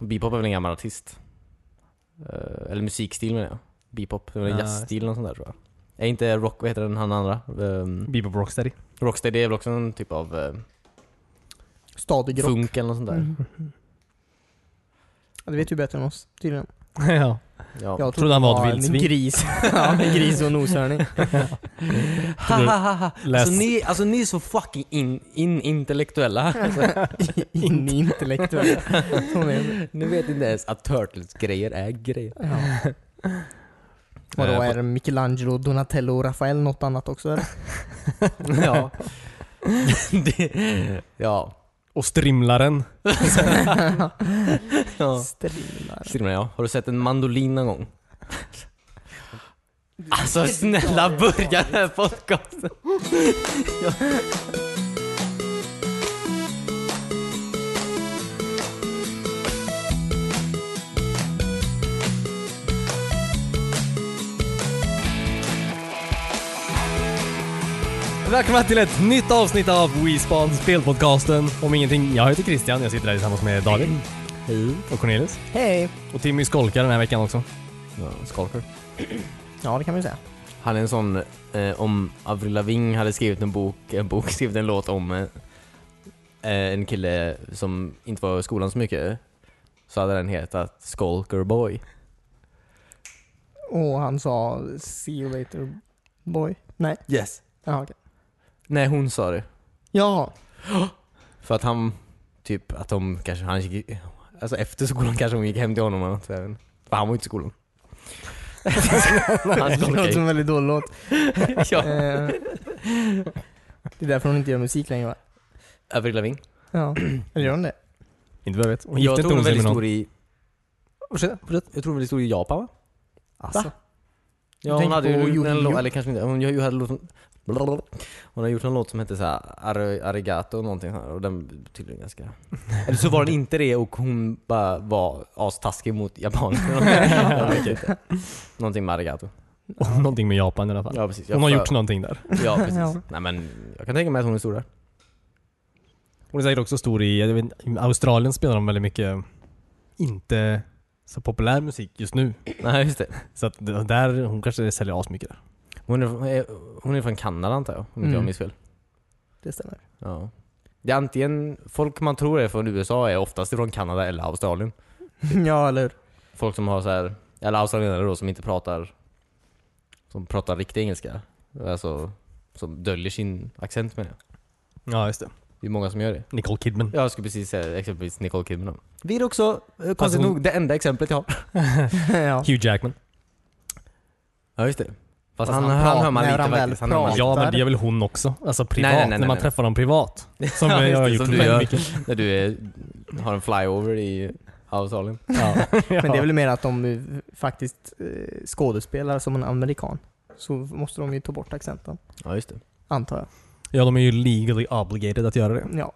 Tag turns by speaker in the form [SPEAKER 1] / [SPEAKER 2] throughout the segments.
[SPEAKER 1] Bebop är väl en gammal artist? Eh, eller musikstil menar jag. Bebop, det var en
[SPEAKER 2] Ja,
[SPEAKER 1] jazzstil eller sånt där tror jag. Är inte rock, vad heter den han andra? Um,
[SPEAKER 2] Bebop Rocksteady.
[SPEAKER 1] Rocksteady är väl också en typ av eh,
[SPEAKER 3] Stadig rock.
[SPEAKER 1] funk eller något sånt där.
[SPEAKER 3] Mm. Ja, det vet ju bättre än oss tydligen.
[SPEAKER 2] ja.
[SPEAKER 1] Ja.
[SPEAKER 3] Jag
[SPEAKER 2] trodde han var ett
[SPEAKER 3] en
[SPEAKER 2] vildsvin.
[SPEAKER 3] gris. ja, en gris och en noshörning.
[SPEAKER 1] Ha, ha, ha, ha.
[SPEAKER 2] Läs-
[SPEAKER 1] Alltså, ni, alltså ni är så fucking in, in intellektuella. Alltså,
[SPEAKER 3] In i intellektuella. Som är-
[SPEAKER 1] ni vet inte ens att Turtles grejer är grejer.
[SPEAKER 3] Ja. Vadå, är det Michelangelo, Donatello och Rafael något annat också eller?
[SPEAKER 1] ja. det, ja.
[SPEAKER 2] Och Strimlaren.
[SPEAKER 1] ja.
[SPEAKER 3] Strilar.
[SPEAKER 1] Strimlar ja. Har du sett en mandolin någon gång? Alltså snälla börja den här podcasten.
[SPEAKER 2] Välkomna till ett nytt avsnitt av WeSpawn Spelpodcasten. Om ingenting. Jag heter Christian, jag sitter här tillsammans med David. Hej. Och Cornelius.
[SPEAKER 3] Hej!
[SPEAKER 2] Och Timmy skolkar den här veckan också.
[SPEAKER 1] Ja, Skalker.
[SPEAKER 3] Ja, det kan man ju säga.
[SPEAKER 1] Han är en sån, eh, om Avril Lavigne hade skrivit en bok, en bok, skrivit en låt om eh, eh, en kille som inte var i skolan så mycket. Så hade den hetat Skulker Boy.
[SPEAKER 3] Och han sa “See you later boy”. Nej,
[SPEAKER 1] Yes.
[SPEAKER 3] jaha okej.
[SPEAKER 1] Nej, hon sa det.
[SPEAKER 3] Ja,
[SPEAKER 1] För att han, typ att de kanske, han gick, alltså efter skolan kanske hon gick hem till honom eller något. jag vet inte. För han var ju inte i skolan. han
[SPEAKER 3] det låter som
[SPEAKER 1] skolkade
[SPEAKER 3] en väldigt dålig låt. Eh,
[SPEAKER 1] ja.
[SPEAKER 3] Det är därför hon inte gör musik längre va?
[SPEAKER 1] Avril Lavigne.
[SPEAKER 3] Ja, eller gör hon det?
[SPEAKER 2] Inte vad jag vet. Hon
[SPEAKER 1] Jag
[SPEAKER 2] gifte
[SPEAKER 1] tror hon är
[SPEAKER 2] inte
[SPEAKER 1] väldigt
[SPEAKER 2] med någon.
[SPEAKER 1] stor i,
[SPEAKER 2] Ursäkta?
[SPEAKER 1] jag tror hon är väldigt stor i Japan va?
[SPEAKER 3] Alltså.
[SPEAKER 1] Ja,
[SPEAKER 3] Jag
[SPEAKER 1] hon
[SPEAKER 3] tänker
[SPEAKER 1] hade
[SPEAKER 3] på
[SPEAKER 1] ju gjort en
[SPEAKER 3] Yu-Gi-Oh!
[SPEAKER 1] låt, eller kanske inte, hon ju- hade låt som- blablabla. Hon har gjort en låt som hette såhär Ar- Arigato och någonting här och den betyder tydligen ganska... Eller så var den inte det och hon bara var astaskig mot japaner. Jag vet inte. någonting med Arigato.
[SPEAKER 2] Och Någonting med Japan i alla fall.
[SPEAKER 1] Ja precis. Jag
[SPEAKER 2] Hon har
[SPEAKER 1] för-
[SPEAKER 2] gjort någonting där.
[SPEAKER 1] Ja precis.
[SPEAKER 3] Ja.
[SPEAKER 1] Nej men jag kan tänka mig att hon är stor där.
[SPEAKER 2] Hon är säkert också stor i, jag vet, i Australien spelar de väldigt mycket inte så populär musik just nu.
[SPEAKER 1] Nej just det.
[SPEAKER 2] Så att det- där, hon kanske säljer asmycket där.
[SPEAKER 1] Hon är, hon är från Kanada antar jag, om inte jag
[SPEAKER 3] Mm.
[SPEAKER 1] minns fel.
[SPEAKER 3] Det stämmer.
[SPEAKER 1] Ja. Det är antingen, folk man tror är från USA är oftast från Kanada eller Australien.
[SPEAKER 3] Ja, eller hur?
[SPEAKER 1] Folk som har så här eller australienare då som inte pratar, som pratar riktig engelska. Alltså, som döljer sin accent menar jag.
[SPEAKER 2] Ja, just det.
[SPEAKER 1] Det är många som gör det.
[SPEAKER 2] Nicole Kidman.
[SPEAKER 1] Jag skulle precis säga exempelvis Nicole Kidman. Vi är också, eh, konstigt
[SPEAKER 2] Alltså hon-
[SPEAKER 1] nog, det enda exemplet jag har.
[SPEAKER 3] ja.
[SPEAKER 2] Hugh Jackman.
[SPEAKER 1] Ja just det. Fast, han,
[SPEAKER 3] han
[SPEAKER 1] han, hör
[SPEAKER 3] pratar-
[SPEAKER 1] man
[SPEAKER 3] när
[SPEAKER 1] lite
[SPEAKER 3] han väl
[SPEAKER 1] faktiskt. Han hör man lite.
[SPEAKER 2] Ja,
[SPEAKER 3] Där.
[SPEAKER 2] men det är väl hon också? Alltså privat,
[SPEAKER 1] Nej, nej, nej,
[SPEAKER 2] när man
[SPEAKER 1] nej.
[SPEAKER 2] träffar dem privat. Som
[SPEAKER 1] Ja,
[SPEAKER 2] jag
[SPEAKER 1] just
[SPEAKER 2] har
[SPEAKER 1] det,
[SPEAKER 2] gjort
[SPEAKER 1] som du
[SPEAKER 2] väldigt
[SPEAKER 1] gör.
[SPEAKER 2] mycket.
[SPEAKER 1] När du är, har en flyover i Australien.
[SPEAKER 2] Ja.
[SPEAKER 3] Men det är väl mer att de eh, faktiskt eh, skådespelar som en amerikan. Så måste de ju ta bort accenten.
[SPEAKER 1] Ja just det.
[SPEAKER 3] Antar jag.
[SPEAKER 2] ja, de är ju legally obligated att göra det.
[SPEAKER 3] Ja.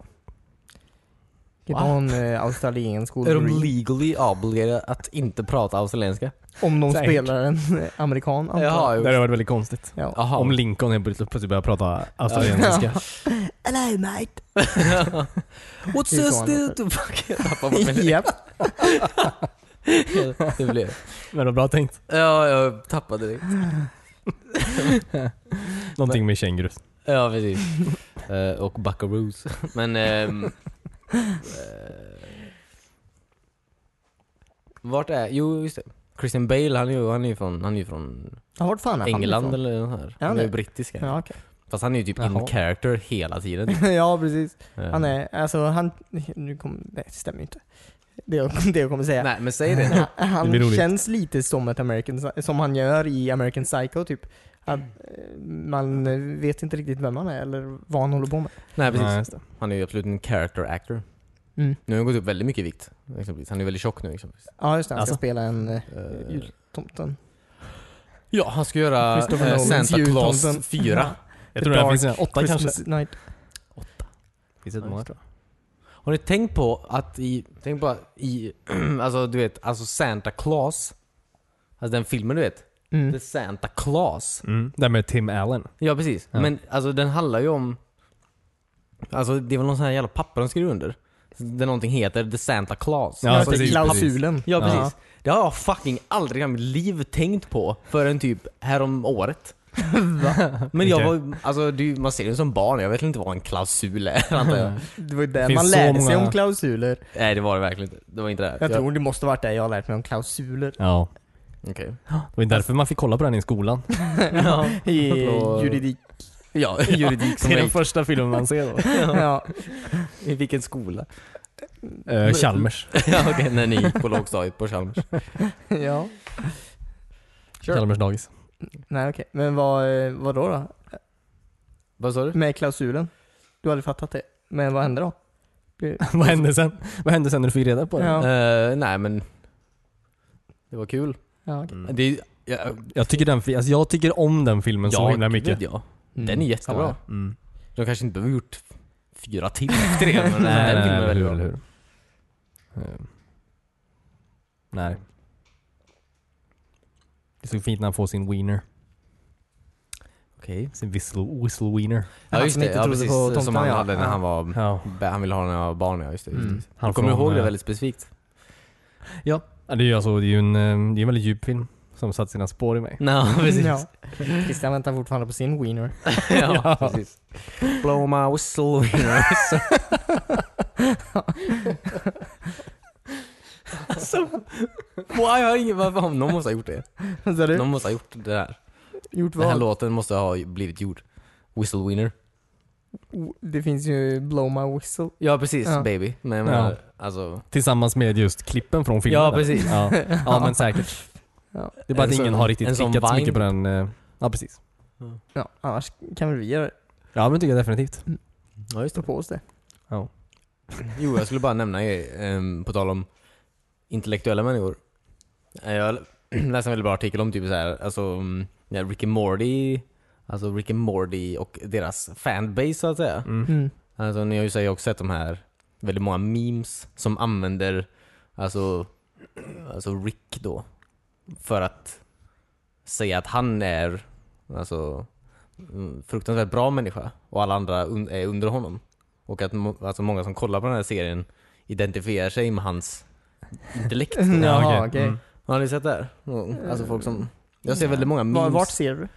[SPEAKER 3] Det
[SPEAKER 1] Va?
[SPEAKER 3] var en eh, australiensk
[SPEAKER 1] Är de
[SPEAKER 3] Wolverine.
[SPEAKER 1] legally obligated att inte prata australienska?
[SPEAKER 3] Om de
[SPEAKER 2] Säkert.
[SPEAKER 3] spelar en eh, amerikan antar jag.
[SPEAKER 1] Jaha,
[SPEAKER 2] Det
[SPEAKER 1] jo.
[SPEAKER 2] hade varit väldigt konstigt.
[SPEAKER 3] Ja.
[SPEAKER 1] Jaha.
[SPEAKER 2] Om Lincoln helt plötsligt plötsligt börjar prata australiensiska.
[SPEAKER 3] Hello mate!
[SPEAKER 1] What's
[SPEAKER 3] Det är
[SPEAKER 1] this
[SPEAKER 3] så han
[SPEAKER 1] dude? Fuck, jag tappar bort mig.
[SPEAKER 3] Japp.
[SPEAKER 1] Det blev...
[SPEAKER 2] Men det var bra tänkt.
[SPEAKER 1] Ja, jag tappade det.
[SPEAKER 2] Någonting med kängurus.
[SPEAKER 1] Ja, precis. Eh, och buckaroos. Men... ehm, eh, vart är... Jo, just det. Christian Bale, han är ju, han är ju från, han är ju från
[SPEAKER 3] Ja, vart fan är han
[SPEAKER 1] England
[SPEAKER 3] ifrån?
[SPEAKER 1] eller nåt här.
[SPEAKER 3] Ja,
[SPEAKER 1] Han är ju
[SPEAKER 3] det-
[SPEAKER 1] brittisk. kanske.
[SPEAKER 3] Ja, okej.
[SPEAKER 1] Fast han är ju typ in
[SPEAKER 2] Jaha.
[SPEAKER 1] character hela tiden.
[SPEAKER 3] ja, precis.
[SPEAKER 1] Eh,
[SPEAKER 3] Han är, alltså han, nu kom, nej det stämmer ju inte. Det jag, det jag kommer säga.
[SPEAKER 1] Nej, men säg det.
[SPEAKER 2] Det
[SPEAKER 3] Han
[SPEAKER 2] blir roligt.
[SPEAKER 3] känns lite som ett American, Psy- som han gör i American Psycho typ. Att, eh, man eh, vet inte riktigt vem han är eller vad han håller på med.
[SPEAKER 1] Nej, precis.
[SPEAKER 2] Ja, just det.
[SPEAKER 1] Han är ju absolut en character actor.
[SPEAKER 3] Mm.
[SPEAKER 1] Nu har han gått upp väldigt mycket i vikt. Exempelvis. Han är väldigt tjock nu. Exempelvis.
[SPEAKER 3] Ja just det, han
[SPEAKER 2] Alltså.
[SPEAKER 3] ska spela en eh,
[SPEAKER 1] Eh,
[SPEAKER 3] jultomten.
[SPEAKER 1] ja, han ska göra
[SPEAKER 3] Christopher
[SPEAKER 1] eh,
[SPEAKER 3] Nolans
[SPEAKER 1] Santa
[SPEAKER 3] jultomten.
[SPEAKER 1] Claus 4.
[SPEAKER 2] Jag tror det här finns en åtta kanske.
[SPEAKER 3] Christmas night.
[SPEAKER 2] Finns det många? tror
[SPEAKER 1] Har ni tänkt på att i, tänk på att i, alltså du vet, alltså Santa Claus. Alltså den filmen du vet. The
[SPEAKER 3] Mm.
[SPEAKER 1] Santa Claus.
[SPEAKER 2] jag. Mm. Det här med Tim Allen.
[SPEAKER 1] Ja precis.
[SPEAKER 2] Ja.
[SPEAKER 1] Men alltså den handlar ju om, alltså det var någon sån här jävla papper de skrev under. där någonting heter The Santa Claus. Alltså,
[SPEAKER 2] Ja,
[SPEAKER 3] Ja,
[SPEAKER 2] precis,
[SPEAKER 3] precis, klausulen.
[SPEAKER 1] Ja precis.
[SPEAKER 2] Ja.
[SPEAKER 1] Det har jag fucking aldrig i mitt liv tänkt på förrän typ härom året. Men jag var, alltså du, man ser det som barn, jag vet inte vad en klausul är antar jag.
[SPEAKER 3] Det var ju där
[SPEAKER 2] Finns
[SPEAKER 3] man
[SPEAKER 2] så
[SPEAKER 3] lärde sig
[SPEAKER 2] många-
[SPEAKER 3] om klausuler.
[SPEAKER 1] Nej det var det verkligen inte. Det var inte det.
[SPEAKER 3] Jag tror det måste varit det jag har lärt mig om klausuler.
[SPEAKER 2] Ja.
[SPEAKER 1] Okej.
[SPEAKER 2] Det var ju därför man fick kolla på den i skolan.
[SPEAKER 1] Ja.
[SPEAKER 3] I
[SPEAKER 1] Då-
[SPEAKER 3] juridik.
[SPEAKER 1] ja, juridik som
[SPEAKER 2] det
[SPEAKER 1] jag
[SPEAKER 2] är den
[SPEAKER 1] gick.
[SPEAKER 2] första filmen man ser då.
[SPEAKER 3] Ja.
[SPEAKER 1] I vilken skola?
[SPEAKER 2] Eh, Chalmers.
[SPEAKER 1] ja, okej, när ni gick på lågstadiet på Chalmers.
[SPEAKER 3] ja.
[SPEAKER 1] Sure.
[SPEAKER 2] Chalmers dagis.
[SPEAKER 3] Nej okej. Men vad, eh, vad då, då?
[SPEAKER 1] Vad sa du?
[SPEAKER 3] Med klausulen? Du hade fattat det. Men vad hände då? Blir-
[SPEAKER 2] Vad hände sen? Vad hände sen när du fick reda på det?
[SPEAKER 3] Ja.
[SPEAKER 1] Eh, nej men... Det var kul.
[SPEAKER 3] Ja, okej.
[SPEAKER 2] Mm.
[SPEAKER 1] Det är, jag,
[SPEAKER 2] Jag, tycker den, fi- alltså, jag tycker om den filmen så himla mycket.
[SPEAKER 1] Ja.
[SPEAKER 3] Mm.
[SPEAKER 1] Den är jättebra.
[SPEAKER 3] Ja,
[SPEAKER 2] Mm.
[SPEAKER 1] De kanske inte behöver gjort fyra till efter det, men den
[SPEAKER 2] Nej,
[SPEAKER 1] här
[SPEAKER 2] nej,
[SPEAKER 1] filmen är
[SPEAKER 2] nej,
[SPEAKER 1] väldigt
[SPEAKER 2] hur,
[SPEAKER 1] bra.
[SPEAKER 2] eller hur. Eh,
[SPEAKER 1] Ehm.
[SPEAKER 2] Nej. Det är så fint när han får sin wiener.
[SPEAKER 1] Okej.
[SPEAKER 2] Sin whistle, whistle wiener.
[SPEAKER 1] Ja
[SPEAKER 3] Han
[SPEAKER 1] just
[SPEAKER 3] som
[SPEAKER 1] det,
[SPEAKER 3] inte
[SPEAKER 1] ja,
[SPEAKER 3] trodde
[SPEAKER 1] precis.
[SPEAKER 3] på tomten,
[SPEAKER 1] som han
[SPEAKER 3] ja.
[SPEAKER 1] hade när
[SPEAKER 3] Ja.
[SPEAKER 1] han var...
[SPEAKER 2] Ja.
[SPEAKER 1] Han ville ha den när han var barn, ja just det. Just
[SPEAKER 2] Mm.
[SPEAKER 1] det. just det.
[SPEAKER 2] Han
[SPEAKER 1] Jag kommer
[SPEAKER 2] från,
[SPEAKER 1] ihåg det
[SPEAKER 2] eh,
[SPEAKER 1] väldigt specifikt.
[SPEAKER 2] Ja, det är ju alltså, det är ju en, eh, det är en väldigt djup film som satt sina spår i mig.
[SPEAKER 1] Ja, precis.
[SPEAKER 3] Ja. Christian väntar fortfarande på sin wiener.
[SPEAKER 1] ja, precis. Blow my whistle. alltså, why har ingen, varför, någon måste ha gjort det.
[SPEAKER 3] Vad sa du?
[SPEAKER 1] Någon måste ha gjort det där.
[SPEAKER 3] Gjort
[SPEAKER 1] Den här
[SPEAKER 3] vad?
[SPEAKER 1] låten måste ha blivit gjord. Whistle winner.
[SPEAKER 3] O- Det finns ju Blow My Whistle.
[SPEAKER 1] Ja precis,
[SPEAKER 3] Ja.
[SPEAKER 1] baby. Men jag
[SPEAKER 2] Ja.
[SPEAKER 1] menar, alltså...
[SPEAKER 2] Tillsammans med just klippen från filmen.
[SPEAKER 1] Ja,
[SPEAKER 2] där.
[SPEAKER 1] precis.
[SPEAKER 2] Ja, ja men säkert.
[SPEAKER 3] Ja.
[SPEAKER 2] Det är bara
[SPEAKER 1] En
[SPEAKER 2] att
[SPEAKER 1] sån-
[SPEAKER 2] ingen har riktigt
[SPEAKER 1] en sån
[SPEAKER 2] klickat så
[SPEAKER 1] vine.
[SPEAKER 2] mycket på den. eh, Ja, precis.
[SPEAKER 3] Ja, annars kan väl vi göra det?
[SPEAKER 2] Ja, men tycker jag definitivt.
[SPEAKER 1] Ja just
[SPEAKER 3] Stå på oss det.
[SPEAKER 1] Jo, jag skulle bara nämna er, um, på tal om intellektuella människor. Eh, Jag läste en väldigt bra artikel om typ så här, alltså mm, när Rick and Morty, alltså Rick and Morty och deras fanbase så att säga.
[SPEAKER 2] Mm.
[SPEAKER 3] Mm.
[SPEAKER 1] Alltså ni har ju säkert också sett de här väldigt många memes som använder alltså, alltså Rick då för att säga att han är alltså mm, fruktansvärt bra människa och alla andra un- är under honom. Och att må- alltså många som kollar på den här serien identifierar sig med hans intellekt.
[SPEAKER 3] Jaha,
[SPEAKER 2] okej.
[SPEAKER 3] okej.
[SPEAKER 2] Mm.
[SPEAKER 1] Har ni sett det här? Mm, Alltså folk som... Jag ser väldigt många memes.
[SPEAKER 3] Mm. Var, vart ser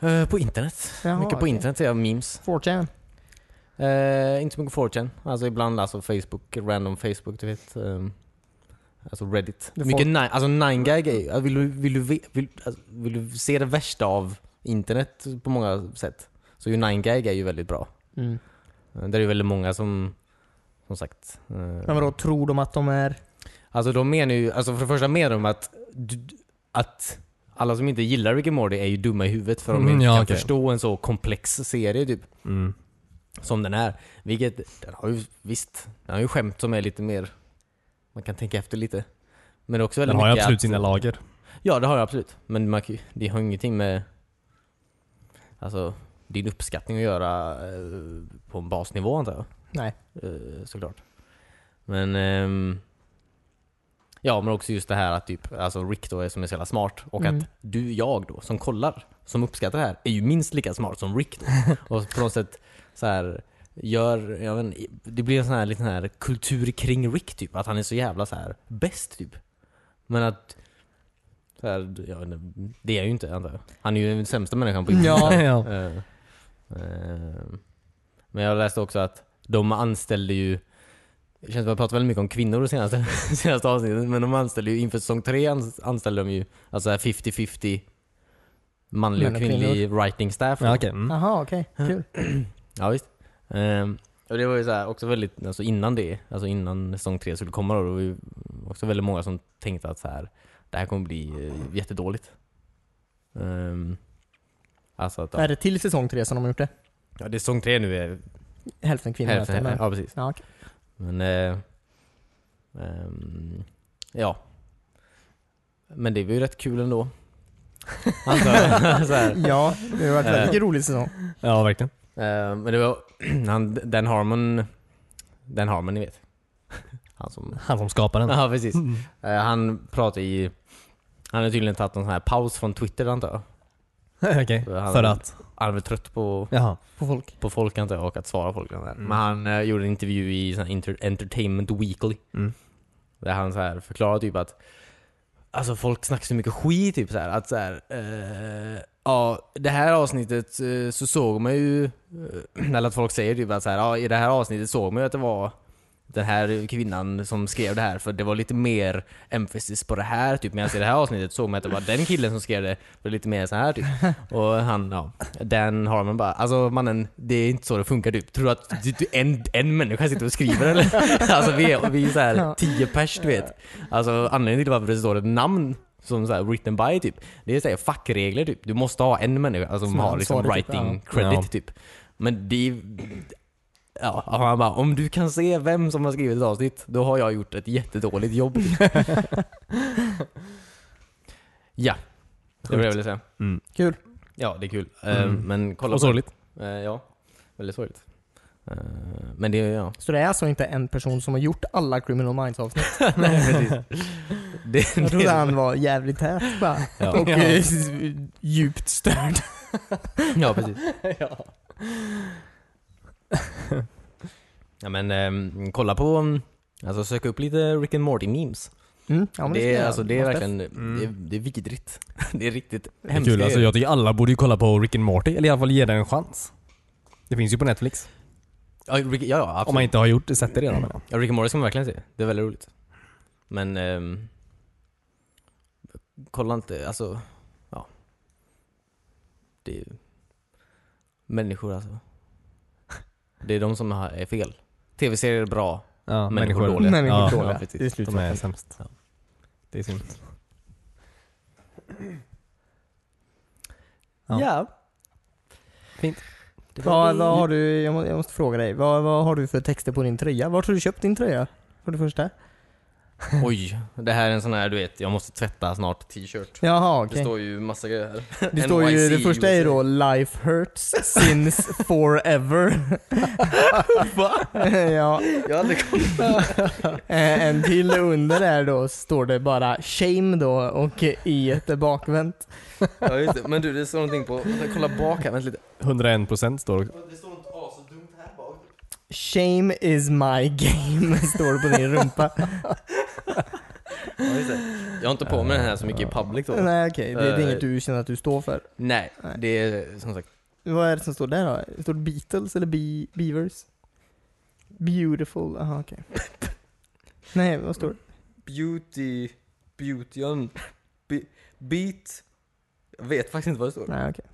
[SPEAKER 3] du?
[SPEAKER 1] Eh, På internet.
[SPEAKER 3] Jaha,
[SPEAKER 1] Mycket på
[SPEAKER 3] okej.
[SPEAKER 1] internet ser jag memes.
[SPEAKER 3] 4chan?
[SPEAKER 1] Eh, inte så mycket 4chan. Alltså ibland alltså Facebook, random Facebook, du vet. ehm, alltså Reddit.
[SPEAKER 3] Det
[SPEAKER 1] mycket
[SPEAKER 3] folk-
[SPEAKER 1] ni- alltså 9gag är ju- alltså, vill, du- vill, du ve- vill, alltså, vill du se det värsta av internet på många sätt så är ju 9gag är ju väldigt bra.
[SPEAKER 3] Mm.
[SPEAKER 1] Eh, Där är ju väldigt många som, som sagt. eh,
[SPEAKER 3] Men vadå, tror de att de är...
[SPEAKER 1] Alltså de menar ju, alltså för det första menar de att, du- att alla som inte gillar Rick and Morty är ju dumma i huvudet för de
[SPEAKER 2] Mm,
[SPEAKER 1] inte
[SPEAKER 2] ja,
[SPEAKER 1] kan
[SPEAKER 2] okej.
[SPEAKER 1] förstå en så komplex serie typ.
[SPEAKER 2] Mm.
[SPEAKER 1] som den är. Vilket, den har ju visst, den har ju skämt som är lite mer, man kan tänka efter lite. Men det är också väldigt
[SPEAKER 2] Den har ju
[SPEAKER 1] mycket
[SPEAKER 2] absolut
[SPEAKER 1] att-
[SPEAKER 2] sina lager.
[SPEAKER 1] Ja det har jag absolut. Men man, kan ju- det har ju ingenting med, alltså din uppskattning att göra eh, på en basnivå antar jag.
[SPEAKER 3] Nej.
[SPEAKER 1] Eh, såklart. Men, ehm, ja men också just det här att typ, alltså Rick då är som är så jävla smart och
[SPEAKER 3] Mm.
[SPEAKER 1] att du, jag då, som kollar, som uppskattar det här, är ju minst lika smart som Rick då. Och på något sätt så här gör, jag vet inte, det blir en sån här liten här kultur kring Rick typ, att han är så jävla så här bäst typ. Men att, så här, jag vet inte, det är jag ju inte antar jag. Han är ju den sämsta människan på internet.
[SPEAKER 2] ja.
[SPEAKER 3] Ja.
[SPEAKER 1] Eh, eh, Men jag läste också att de anställde ju det känns som att jag pratat väldigt mycket om kvinnor de senaste, senaste avsnittet, men de anställde ju inför säsong tre ans- anställde de ju alltså här 50-50 manlig
[SPEAKER 3] Män
[SPEAKER 1] och
[SPEAKER 3] och
[SPEAKER 1] kvinnlig writing staff.
[SPEAKER 2] ja okej. Mm.
[SPEAKER 3] Jaha, okej. Kul.
[SPEAKER 1] Ja visst. Ehm, och det var ju så här också väldigt, alltså innan det, alltså innan säsong tre skulle komma då, då var ju också väldigt många som tänkte att så här, det här kommer bli eh, jättedåligt. Ehm, alltså att,
[SPEAKER 3] Är det till säsong tre som de har gjort det?
[SPEAKER 1] ja, det är säsong tre nu är
[SPEAKER 3] Hälften kvinnor
[SPEAKER 1] hälften,
[SPEAKER 3] hälften män.
[SPEAKER 1] ja precis.
[SPEAKER 3] Ja, okej.
[SPEAKER 1] Men, eh, ehm, ja. Men det var ju rätt kul ändå. Alltså, så här.
[SPEAKER 3] ja, det har varit en väldigt rolig säsong.
[SPEAKER 2] Ja, verkligen.
[SPEAKER 1] Eh, men det var han, Dan Harmon, Dan Harmon ni vet. Han som
[SPEAKER 2] Han som skapar den. Mm.
[SPEAKER 1] Ja, precis. Eh, han pratar i... Han har tydligen tagit någon sån här paus från Twitter antar jag.
[SPEAKER 2] Okej,
[SPEAKER 1] Han-
[SPEAKER 2] för att?
[SPEAKER 1] Han är väl trött på,
[SPEAKER 2] Jaha.
[SPEAKER 3] på folk.
[SPEAKER 1] på folk antar jag, och att svara folk. och sådär.
[SPEAKER 2] Mm.
[SPEAKER 1] Men han eh, gjorde en intervju i sån här inter- Entertainment Weekly.
[SPEAKER 2] Mm.
[SPEAKER 1] Där han så här förklarar typ att Alltså folk snackar så mycket skit typ så här att så här, eh, Ja, det här avsnittet eh, så såg man ju eh, Eller att folk säger typ att så här, ja, i det här avsnittet såg man ju att det var Den här kvinnan som skrev det här för det var lite mer Emphasis på det här typ medan i det här avsnittet såg man att det var den killen som skrev det för lite mer så här typ Och han, ja Den har man bara, alltså mannen Det är inte så det funkar typ Tror du att du, du, en, en människa sitter och skriver eller? Alltså vi är, vi är så här
[SPEAKER 3] Ja.
[SPEAKER 1] tio pers du vet Alltså anledningen till varför det står ett namn som så här written by typ, det är såhär fackregler typ. Du måste ha en människa alltså, som
[SPEAKER 3] Som är
[SPEAKER 1] har liksom
[SPEAKER 3] ansvarig, typ.
[SPEAKER 1] writing
[SPEAKER 2] Ja.
[SPEAKER 1] credit typ. Men det är- Ja, och han bara, om du kan se vem som har skrivit ett avsnitt, då har jag gjort ett jättedåligt jobb. ja, det var det jag ville säga.
[SPEAKER 2] Mm.
[SPEAKER 3] Kul.
[SPEAKER 1] Ja, det är kul. Eh,
[SPEAKER 2] Mm.
[SPEAKER 1] Men kolla
[SPEAKER 2] Och
[SPEAKER 1] på
[SPEAKER 2] sorgligt.
[SPEAKER 1] det. Eh, Ja, väldigt sorgligt. Eh, Men det är, ja.
[SPEAKER 3] Så det är alltså inte en person som har gjort alla Criminal Minds avsnitt?
[SPEAKER 1] Nej, precis. Det,
[SPEAKER 3] Jag trodde
[SPEAKER 1] det-
[SPEAKER 3] han var jävligt tät bara.
[SPEAKER 1] Ja.
[SPEAKER 3] Och
[SPEAKER 2] Ja.
[SPEAKER 3] eh, djupt störd.
[SPEAKER 1] ja, precis.
[SPEAKER 3] ja.
[SPEAKER 1] Ja men ehm, kolla på, mm, alltså sök upp lite Rick and Morty memes.
[SPEAKER 3] Mm, ja, men
[SPEAKER 1] det,
[SPEAKER 3] ska
[SPEAKER 1] är,
[SPEAKER 3] jag
[SPEAKER 1] alltså, det är
[SPEAKER 3] göra.
[SPEAKER 1] verkligen,
[SPEAKER 2] Mm.
[SPEAKER 1] det, är, det är vidrigt. Det är riktigt
[SPEAKER 2] Det är
[SPEAKER 1] hemskt.
[SPEAKER 2] kul.
[SPEAKER 1] Det är-
[SPEAKER 2] Alltså, jag tycker alla borde ju kolla på Rick and Morty, eller i alla fall ge den en chans. Det finns ju på Netflix.
[SPEAKER 1] ja, Rick, ja, ja absolut.
[SPEAKER 2] Om man inte har gjort det, sett det redan. menar jag.
[SPEAKER 1] ja, Rick and Morty ska man verkligen se. Det är väldigt roligt. Men ehm, kolla inte, alltså, ja. Det är ju människor alltså. Det är de som har- är fel. Tv-serier är bra.
[SPEAKER 2] Ja,
[SPEAKER 1] Människor
[SPEAKER 2] människor
[SPEAKER 1] dåliga.
[SPEAKER 3] Människor
[SPEAKER 2] ja,
[SPEAKER 3] dåliga.
[SPEAKER 1] ja, precis.
[SPEAKER 3] det är
[SPEAKER 2] De är
[SPEAKER 3] slutsatsen.
[SPEAKER 2] sämst. Det är synd. Ja. Fint.
[SPEAKER 3] Vad, vad har du, jag må- jag måste fråga dig, vad, vad har du för texter på din tröja? Vart har du köpt din tröja? För det första?
[SPEAKER 1] Oj, det här är en sån här du vet, jag måste tvätta snart t-shirt.
[SPEAKER 3] Jaha okej.
[SPEAKER 1] Det står ju massa grejer här.
[SPEAKER 3] Det står ju, det första är ju då 'Life hurts since forever' ja.
[SPEAKER 1] Jag har aldrig kommit
[SPEAKER 3] Eh, En till under där då står det bara 'Shame' då och i är bakvänt.
[SPEAKER 1] ja, just det. Men du, det står någonting på... Vänta, kolla bak här, vänta lite.
[SPEAKER 2] 101% står också.
[SPEAKER 1] Det står något asdumt här bak.
[SPEAKER 3] 'Shame is my game' står det på din rumpa.
[SPEAKER 1] Ja, just det. Jag har inte på mig den här så mycket i public då.
[SPEAKER 3] Nej okej, det, det är
[SPEAKER 1] Eh.
[SPEAKER 3] inget du känner att du står för.
[SPEAKER 1] Nej,
[SPEAKER 3] Nej.
[SPEAKER 1] det är som sagt...
[SPEAKER 3] Vad är det som står där då? Står det Beatles eller Be- Beavers? Beautiful, jaha okej. Nej, vad står det?
[SPEAKER 1] Beauty... Beaution... beat... Jag vet faktiskt inte vad det står.
[SPEAKER 3] Nej okej.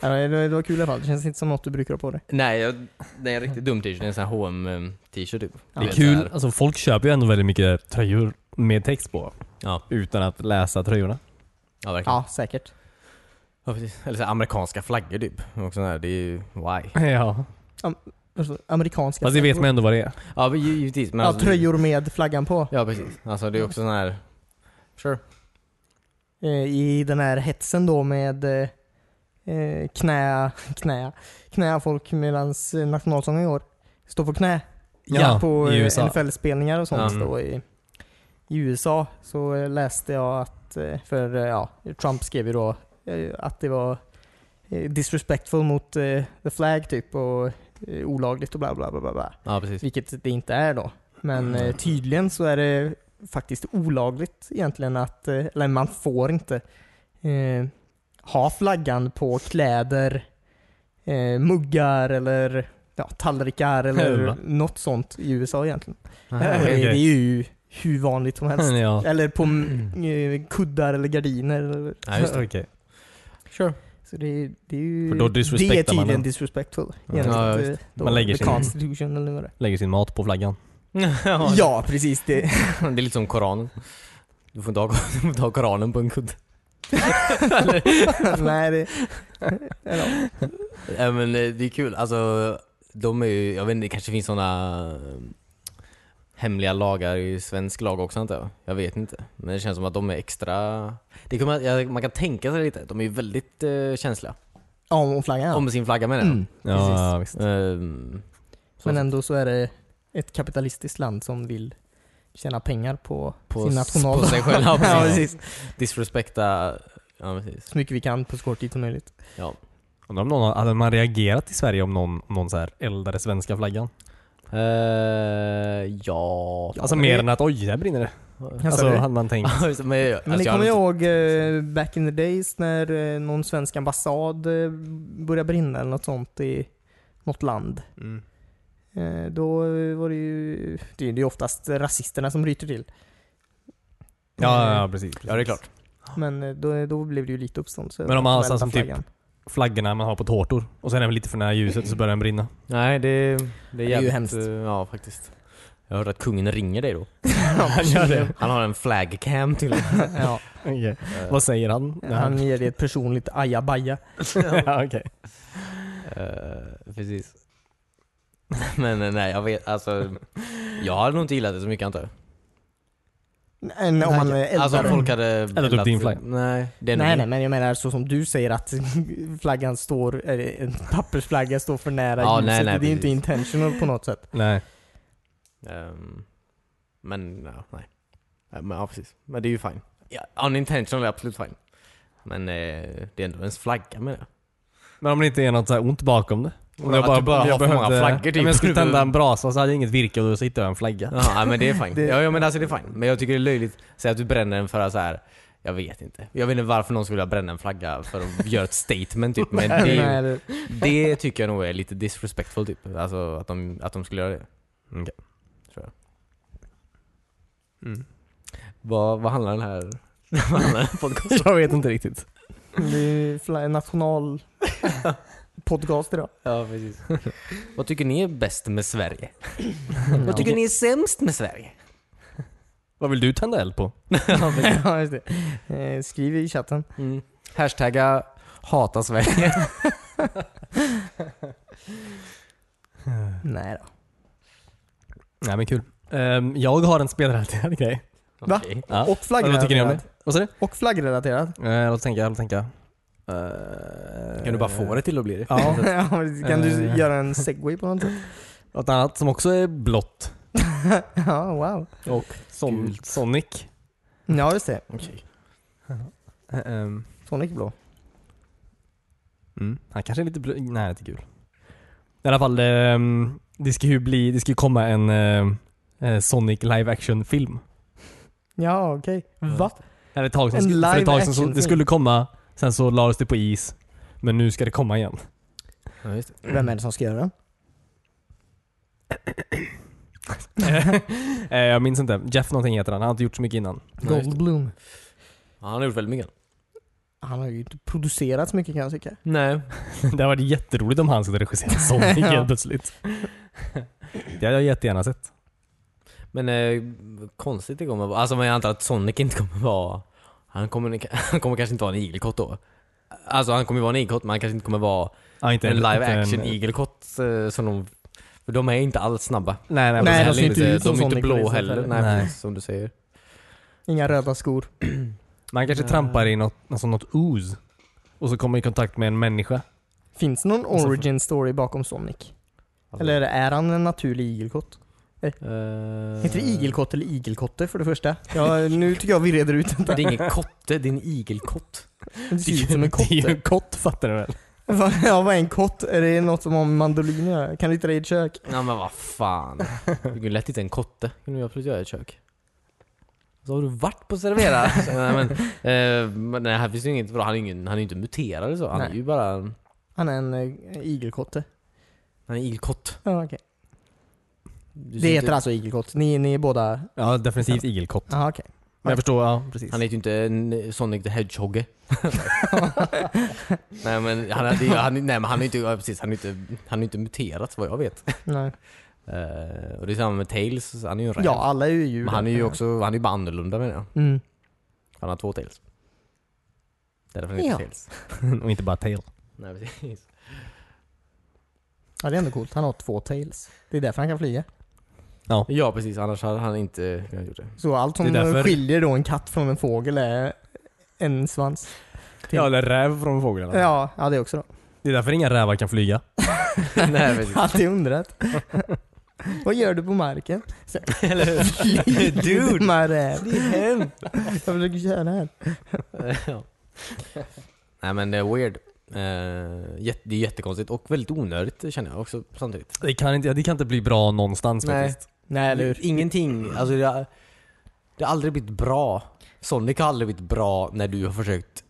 [SPEAKER 3] Ja, det, var- det var kul i alla fall, det känns inte som något du brukar ha på dig.
[SPEAKER 1] Nej, jag, det är en riktigt dum t-shirt. Det är en sån här H&M eh, t-shirt typ.
[SPEAKER 3] Ja.
[SPEAKER 1] Du
[SPEAKER 2] Det är
[SPEAKER 1] vet,
[SPEAKER 2] kul.
[SPEAKER 1] så här.
[SPEAKER 2] Alltså, folk köper ju ändå väldigt mycket tröjor med text på.
[SPEAKER 1] Ja.
[SPEAKER 2] Utan att läsa tröjorna.
[SPEAKER 1] Ja, verkligen.
[SPEAKER 3] Ja, säkert.
[SPEAKER 1] Ja, precis. Eller så här, amerikanska flaggor typ. Och sån här, det är ju why.
[SPEAKER 2] Ja.
[SPEAKER 3] Vad står det? Alltså, Amerikanska
[SPEAKER 2] Fast det vet
[SPEAKER 3] flaggor.
[SPEAKER 2] man ändå vad det är.
[SPEAKER 1] Ja, men ju- givetvis. Men
[SPEAKER 3] Ja,
[SPEAKER 1] alltså,
[SPEAKER 3] tröjor med flaggan på.
[SPEAKER 1] Ja, precis. Alltså det är också sån här... Sure.
[SPEAKER 3] Eh, I den här hetsen då med eh, eh, knä, knä, knä folk medans eh, nationalsången går. Står på knä.
[SPEAKER 2] Ja,
[SPEAKER 3] på eh,
[SPEAKER 2] i USA.
[SPEAKER 3] NFL-spelningar och sånt
[SPEAKER 1] Ja.
[SPEAKER 3] då i, i USA så eh, läste jag att, eh, för eh, ja, Trump skrev ju då eh, att det var eh, disrespectful mot eh, the flag typ och eh, olagligt och bla bla bla bla bla.
[SPEAKER 1] Ja, precis.
[SPEAKER 3] Vilket det inte är då. Men
[SPEAKER 2] Mm.
[SPEAKER 3] eh, tydligen så är det faktiskt olagligt egentligen att, eh, eller man får inte eh, ha flaggan på kläder, eh, muggar eller ja, tallrikar
[SPEAKER 2] Va?
[SPEAKER 3] eller något sånt i USA egentligen.
[SPEAKER 2] Aha,
[SPEAKER 3] Det-
[SPEAKER 2] Ah, okej.
[SPEAKER 3] Det är ju hur vanligt som helst.
[SPEAKER 2] Ja.
[SPEAKER 3] Eller på mm, eh, kuddar eller gardiner. Eller,
[SPEAKER 1] Ja, just det.
[SPEAKER 2] Okej.
[SPEAKER 1] Sure.
[SPEAKER 3] så det, det är ju...
[SPEAKER 2] För då
[SPEAKER 3] det
[SPEAKER 2] disrespectar
[SPEAKER 3] är
[SPEAKER 2] man den.
[SPEAKER 3] tydligen disrespectful.
[SPEAKER 2] Ja,
[SPEAKER 3] enligt,
[SPEAKER 1] ja,
[SPEAKER 3] eh, då
[SPEAKER 2] Man lägger
[SPEAKER 3] the
[SPEAKER 2] sig.
[SPEAKER 3] constitution eller vad det är.
[SPEAKER 2] Lägger sin mat på flaggan.
[SPEAKER 1] ja,
[SPEAKER 3] Ja, precis. Det,
[SPEAKER 1] det är lite som Koranen. Du får inte ha, du får inte ha Koranen på en kudde.
[SPEAKER 3] Nej, det... Eller,
[SPEAKER 1] Ja, men eh, det är kul. Alltså, de är ju... Jag vet inte, det kanske finns såna eh, hemliga lagar i svensk lag också antar jag. Jag vet inte. Men det känns som att de är extra... Det kan man, ja, man kan tänka sig lite. De är ju väldigt eh, känsliga.
[SPEAKER 3] ja, om flaggan.
[SPEAKER 1] Om sin flagga menar jag.
[SPEAKER 3] Mm,
[SPEAKER 2] Ja, visst.
[SPEAKER 1] Ehm, så-
[SPEAKER 3] Men ändå så är det ett kapitalistiskt land som vill tjäna pengar på,
[SPEAKER 1] på,
[SPEAKER 3] sin
[SPEAKER 1] s-
[SPEAKER 3] national...
[SPEAKER 1] på sig själv. Ja,
[SPEAKER 3] ja,
[SPEAKER 1] precis.
[SPEAKER 3] precis.
[SPEAKER 1] Disrespekta Ja precis.
[SPEAKER 3] så mycket vi kan på så kort tid som möjligt.
[SPEAKER 1] Ja.
[SPEAKER 2] Undrar om någon, har- hade man reagerat i Sverige om någon, om någon så här eldade svenska flaggan?
[SPEAKER 1] Eh, ja.
[SPEAKER 2] Alltså mer än att oj, där brinner det. Alltså hade man tänkt.
[SPEAKER 1] Ja, just det, men, alltså,
[SPEAKER 3] Men ni
[SPEAKER 1] jag
[SPEAKER 3] kommer
[SPEAKER 1] hade-
[SPEAKER 3] ihåg eh, back in the days när eh, någon svensk ambassad eh, började brinna eller något sånt i något land.
[SPEAKER 2] Mm.
[SPEAKER 3] Eh, då eh, var det ju, det är ju oftast rasisterna som ryter till.
[SPEAKER 2] Ja,
[SPEAKER 3] Eh,
[SPEAKER 2] ja, precis, precis.
[SPEAKER 1] Ja det är klart.
[SPEAKER 3] Men eh, då, då blev det ju lite uppståndelse.
[SPEAKER 2] Men om man har
[SPEAKER 3] Vända
[SPEAKER 2] som typ-
[SPEAKER 3] flaggan.
[SPEAKER 2] Flaggorna man har på tårtor och sen är den lite för nära ljuset så börjar den brinna.
[SPEAKER 1] Nej det, det är
[SPEAKER 3] ju
[SPEAKER 1] jävligt,
[SPEAKER 3] hemskt.
[SPEAKER 1] eh, Ja faktiskt. Jag hörde att kungen ringer dig då.
[SPEAKER 2] Han gör det.
[SPEAKER 1] Han har en flag cam till dig. Eh,
[SPEAKER 3] ja,
[SPEAKER 2] Okej. Vad säger han?
[SPEAKER 3] Han ger dig ett personligt ajabaja.
[SPEAKER 2] ja, okej.
[SPEAKER 1] Eh, precis. Men eh, nej jag vet alltså. Jag hade nog inte gillat det så mycket antar jag.
[SPEAKER 3] Nej, nej, om man eh, eldar
[SPEAKER 1] Alltså om
[SPEAKER 3] den.
[SPEAKER 1] folk hade...
[SPEAKER 2] upp
[SPEAKER 1] eldat-
[SPEAKER 2] din flagg.
[SPEAKER 1] Nej. Det är
[SPEAKER 3] Nej
[SPEAKER 1] nog
[SPEAKER 3] nej men jag menar så som du säger att flaggan står, eller en pappersflagga står för nära
[SPEAKER 1] Ja,
[SPEAKER 3] ljuset.
[SPEAKER 1] nej, nej,
[SPEAKER 3] det är ju inte
[SPEAKER 1] precis.
[SPEAKER 3] intentional på något sätt.
[SPEAKER 2] Nej.
[SPEAKER 1] Ehm, men ja, nej. Ja, Men, ja, precis. Men det är ju fine. Ja, unintentional är absolut fine. Men eh, det är ändå ens flagga med det.
[SPEAKER 2] Men om det inte är något så här ont bakom det?
[SPEAKER 1] Om att du bara
[SPEAKER 2] om
[SPEAKER 1] har för många flaggor,
[SPEAKER 2] Ja,
[SPEAKER 1] typ.
[SPEAKER 2] men jag skulle tända en brasa så hade jag inget virke och då hittade jag en flagga.
[SPEAKER 1] Ja, men det är fine.
[SPEAKER 3] Det-
[SPEAKER 1] Ja, ja, men alltså det är fine. Men jag tycker det är löjligt. Säg att du bränner den för att så här. Jag vet inte. Jag vet inte varför någon skulle vilja bränna en flagga för att göra ett statement typ. Men det, är ju-
[SPEAKER 3] Nej, det-
[SPEAKER 1] det tycker jag nog är lite disrespectful typ. Alltså att de, att de skulle göra det. Mm.
[SPEAKER 2] Okej.
[SPEAKER 1] Tror jag.
[SPEAKER 2] Mm.
[SPEAKER 1] Vad, vad handlar den här... Vad handlar den här podcasten
[SPEAKER 2] Jag vet inte riktigt.
[SPEAKER 3] Det är ju fla- en national podcast idag.
[SPEAKER 1] Ja, precis. Vad tycker ni är bäst med Sverige?
[SPEAKER 3] Ja.
[SPEAKER 1] Vad tycker ni är sämst med Sverige?
[SPEAKER 2] Vad vill du tända eld på?
[SPEAKER 3] Ja, just det. Eh, Skriv i chatten.
[SPEAKER 1] Mm. Hashtagga hata Sverige.
[SPEAKER 3] Nej då.
[SPEAKER 2] Nej men kul. Ehm, jag har en spelrelaterad grej.
[SPEAKER 3] Va?
[SPEAKER 1] Okej.
[SPEAKER 2] Ja.
[SPEAKER 3] Och flaggrelaterat.
[SPEAKER 2] Vad tycker ni om det? Vad sa du?
[SPEAKER 3] Och flaggrelaterat.
[SPEAKER 2] Eh, Låt tänka, låt tänka.
[SPEAKER 1] Kan du bara få det till att bli det?
[SPEAKER 2] Ja.
[SPEAKER 3] Ja, kan du
[SPEAKER 2] Eh.
[SPEAKER 3] göra en segway på något sätt?
[SPEAKER 2] Något annat som också är blått.
[SPEAKER 3] Ja, wow.
[SPEAKER 2] Och som
[SPEAKER 1] Gult.
[SPEAKER 2] Sonic.
[SPEAKER 3] Ja, just det.
[SPEAKER 1] Okej.
[SPEAKER 2] Ehm,
[SPEAKER 3] Sonic blå.
[SPEAKER 2] mm. Han kanske är lite blå. Nej, inte gul. I alla fall, ehm, det ska ju bli, det ska ju komma en ehm, eh, Sonic live action film.
[SPEAKER 3] Ja, okej.
[SPEAKER 1] Mm.
[SPEAKER 3] Va?
[SPEAKER 2] Eller ett tag sedan,
[SPEAKER 3] En
[SPEAKER 2] sk- för ett tag sedan så,
[SPEAKER 3] live-action-film.
[SPEAKER 2] det skulle komma, sen så lades det på is. Men nu ska det komma igen.
[SPEAKER 1] Ja, just det.
[SPEAKER 3] Vem är det som ska göra den?
[SPEAKER 2] Eh, jag minns inte. Jeff någonting heter han. Han har inte gjort så mycket innan.
[SPEAKER 1] Ja, just det.
[SPEAKER 3] Goldblum.
[SPEAKER 1] Ja, han har gjort väldigt mycket.
[SPEAKER 3] Han har ju inte producerat så mycket kan jag tycka.
[SPEAKER 1] Nej.
[SPEAKER 2] det hade varit jätteroligt om han skulle regissera Sonic
[SPEAKER 3] Ja.
[SPEAKER 2] helt plötsligt. det hade jag jättegärna sett.
[SPEAKER 1] Men eh, konstigt det kommer vara. Alltså men jag antar att Sonic inte kommer vara... Han kommer, han kommer kanske inte vara en igelkott då. Alltså han kommer ju vara en igelkott men han kanske inte kommer vara
[SPEAKER 2] Ja, inte
[SPEAKER 1] en live action
[SPEAKER 2] inte en-
[SPEAKER 1] igelkott eh, som de... För de är inte alls snabba.
[SPEAKER 2] Nej, nej.
[SPEAKER 1] Och
[SPEAKER 3] Nej,
[SPEAKER 1] är
[SPEAKER 2] nej
[SPEAKER 3] de ser
[SPEAKER 1] heller
[SPEAKER 3] inte ut som
[SPEAKER 1] De är inte
[SPEAKER 3] Sonic på det
[SPEAKER 1] blå
[SPEAKER 3] sättet
[SPEAKER 1] heller.
[SPEAKER 3] heller.
[SPEAKER 1] Nej,
[SPEAKER 2] Nej.
[SPEAKER 1] precis som du säger.
[SPEAKER 3] Inga röda skor.
[SPEAKER 2] man kanske trampar i något, alltså något ooze. Och så kommer man i kontakt med en människa.
[SPEAKER 3] Finns det någon
[SPEAKER 1] Och så-
[SPEAKER 3] origin story bakom Sonic?
[SPEAKER 1] Alltså,
[SPEAKER 3] Eller är han en naturlig igelkott?
[SPEAKER 1] eh,
[SPEAKER 3] Heter det igelkott eller igelkotte för det första? Ja, nu tycker jag vi reder ut
[SPEAKER 1] Eh, Det
[SPEAKER 3] detta.
[SPEAKER 1] är ingen kotte, det är en igelkott.
[SPEAKER 3] Det ser ut som en
[SPEAKER 2] Det är ju
[SPEAKER 3] kotte.
[SPEAKER 2] en kott fattar du väl?
[SPEAKER 3] Vad- Ja, vad är en kott? Är det något som har med mandolin att göra? Kan du hitta det i ett kök?
[SPEAKER 1] Ja men vad fan. Du kunde lätt hitta en kotte. Det kunde vi absolut göra i ett kök. Så har du varit på Servera? Så, nej, men, eh, men nej, här finns ju inget bra. Han är ju ingen- han är ju inte muterad eller så. Han är
[SPEAKER 3] Nej.
[SPEAKER 1] ju bara en,
[SPEAKER 3] Han är en eh, igelkotte.
[SPEAKER 1] han är en igelkott.
[SPEAKER 3] Ja, okej.
[SPEAKER 1] Du
[SPEAKER 3] Det
[SPEAKER 1] ser
[SPEAKER 3] heter
[SPEAKER 1] inte,
[SPEAKER 3] alltså igelkott? Ni, ni är båda...
[SPEAKER 2] Ja, definitivt igelkott.
[SPEAKER 3] Ja, okej.
[SPEAKER 2] Men jag förstår, ja precis.
[SPEAKER 1] han heter ju inte en Sonic the Hedgehog. nej men han, är- det är- han, är- nej men han är ju inte, ja, precis, han är inte, han är inte muterat vad jag vet.
[SPEAKER 3] Nej.
[SPEAKER 1] Eh, och det är samma med Tails, han är ju en räv.
[SPEAKER 3] Ja, alla är ju djur.
[SPEAKER 1] men han är ju också, han är ju bara annorlunda menar jag.
[SPEAKER 3] Mm.
[SPEAKER 1] Han har två tails. Det är därför han heter
[SPEAKER 3] Ja.
[SPEAKER 1] tails.
[SPEAKER 2] Och inte bara tail.
[SPEAKER 1] Nej precis.
[SPEAKER 3] Ja, det är ändå coolt. Han har två tails. Det är därför han kan flyga.
[SPEAKER 1] Ja precis, annars hade han inte kunnat gjort det.
[SPEAKER 3] Så allt som
[SPEAKER 2] Det är därför-
[SPEAKER 3] skiljer då en katt från en fågel är en svans.
[SPEAKER 2] Ja, eller räv från fåglarna.
[SPEAKER 3] Ja, ja det också då.
[SPEAKER 2] Det är därför inga rävar kan flyga.
[SPEAKER 1] Nej precis.
[SPEAKER 3] Alltid undrat. Vad gör du på marken?
[SPEAKER 1] Eller hur?
[SPEAKER 3] Dude!
[SPEAKER 1] Dude!
[SPEAKER 3] Maräv.
[SPEAKER 1] Det är hemskt!
[SPEAKER 3] Jag försöker köra här.
[SPEAKER 1] Ja. Nej men det är weird. Eh, jätte- det är jättekonstigt och väldigt onödigt känner jag också samtidigt.
[SPEAKER 2] Det kan inte, det kan inte bli bra någonstans
[SPEAKER 1] Nej.
[SPEAKER 2] faktiskt.
[SPEAKER 3] Nej, eller hur?
[SPEAKER 1] Ingenting, alltså det har, det har aldrig blivit bra. Sonic har aldrig blivit bra när du har försökt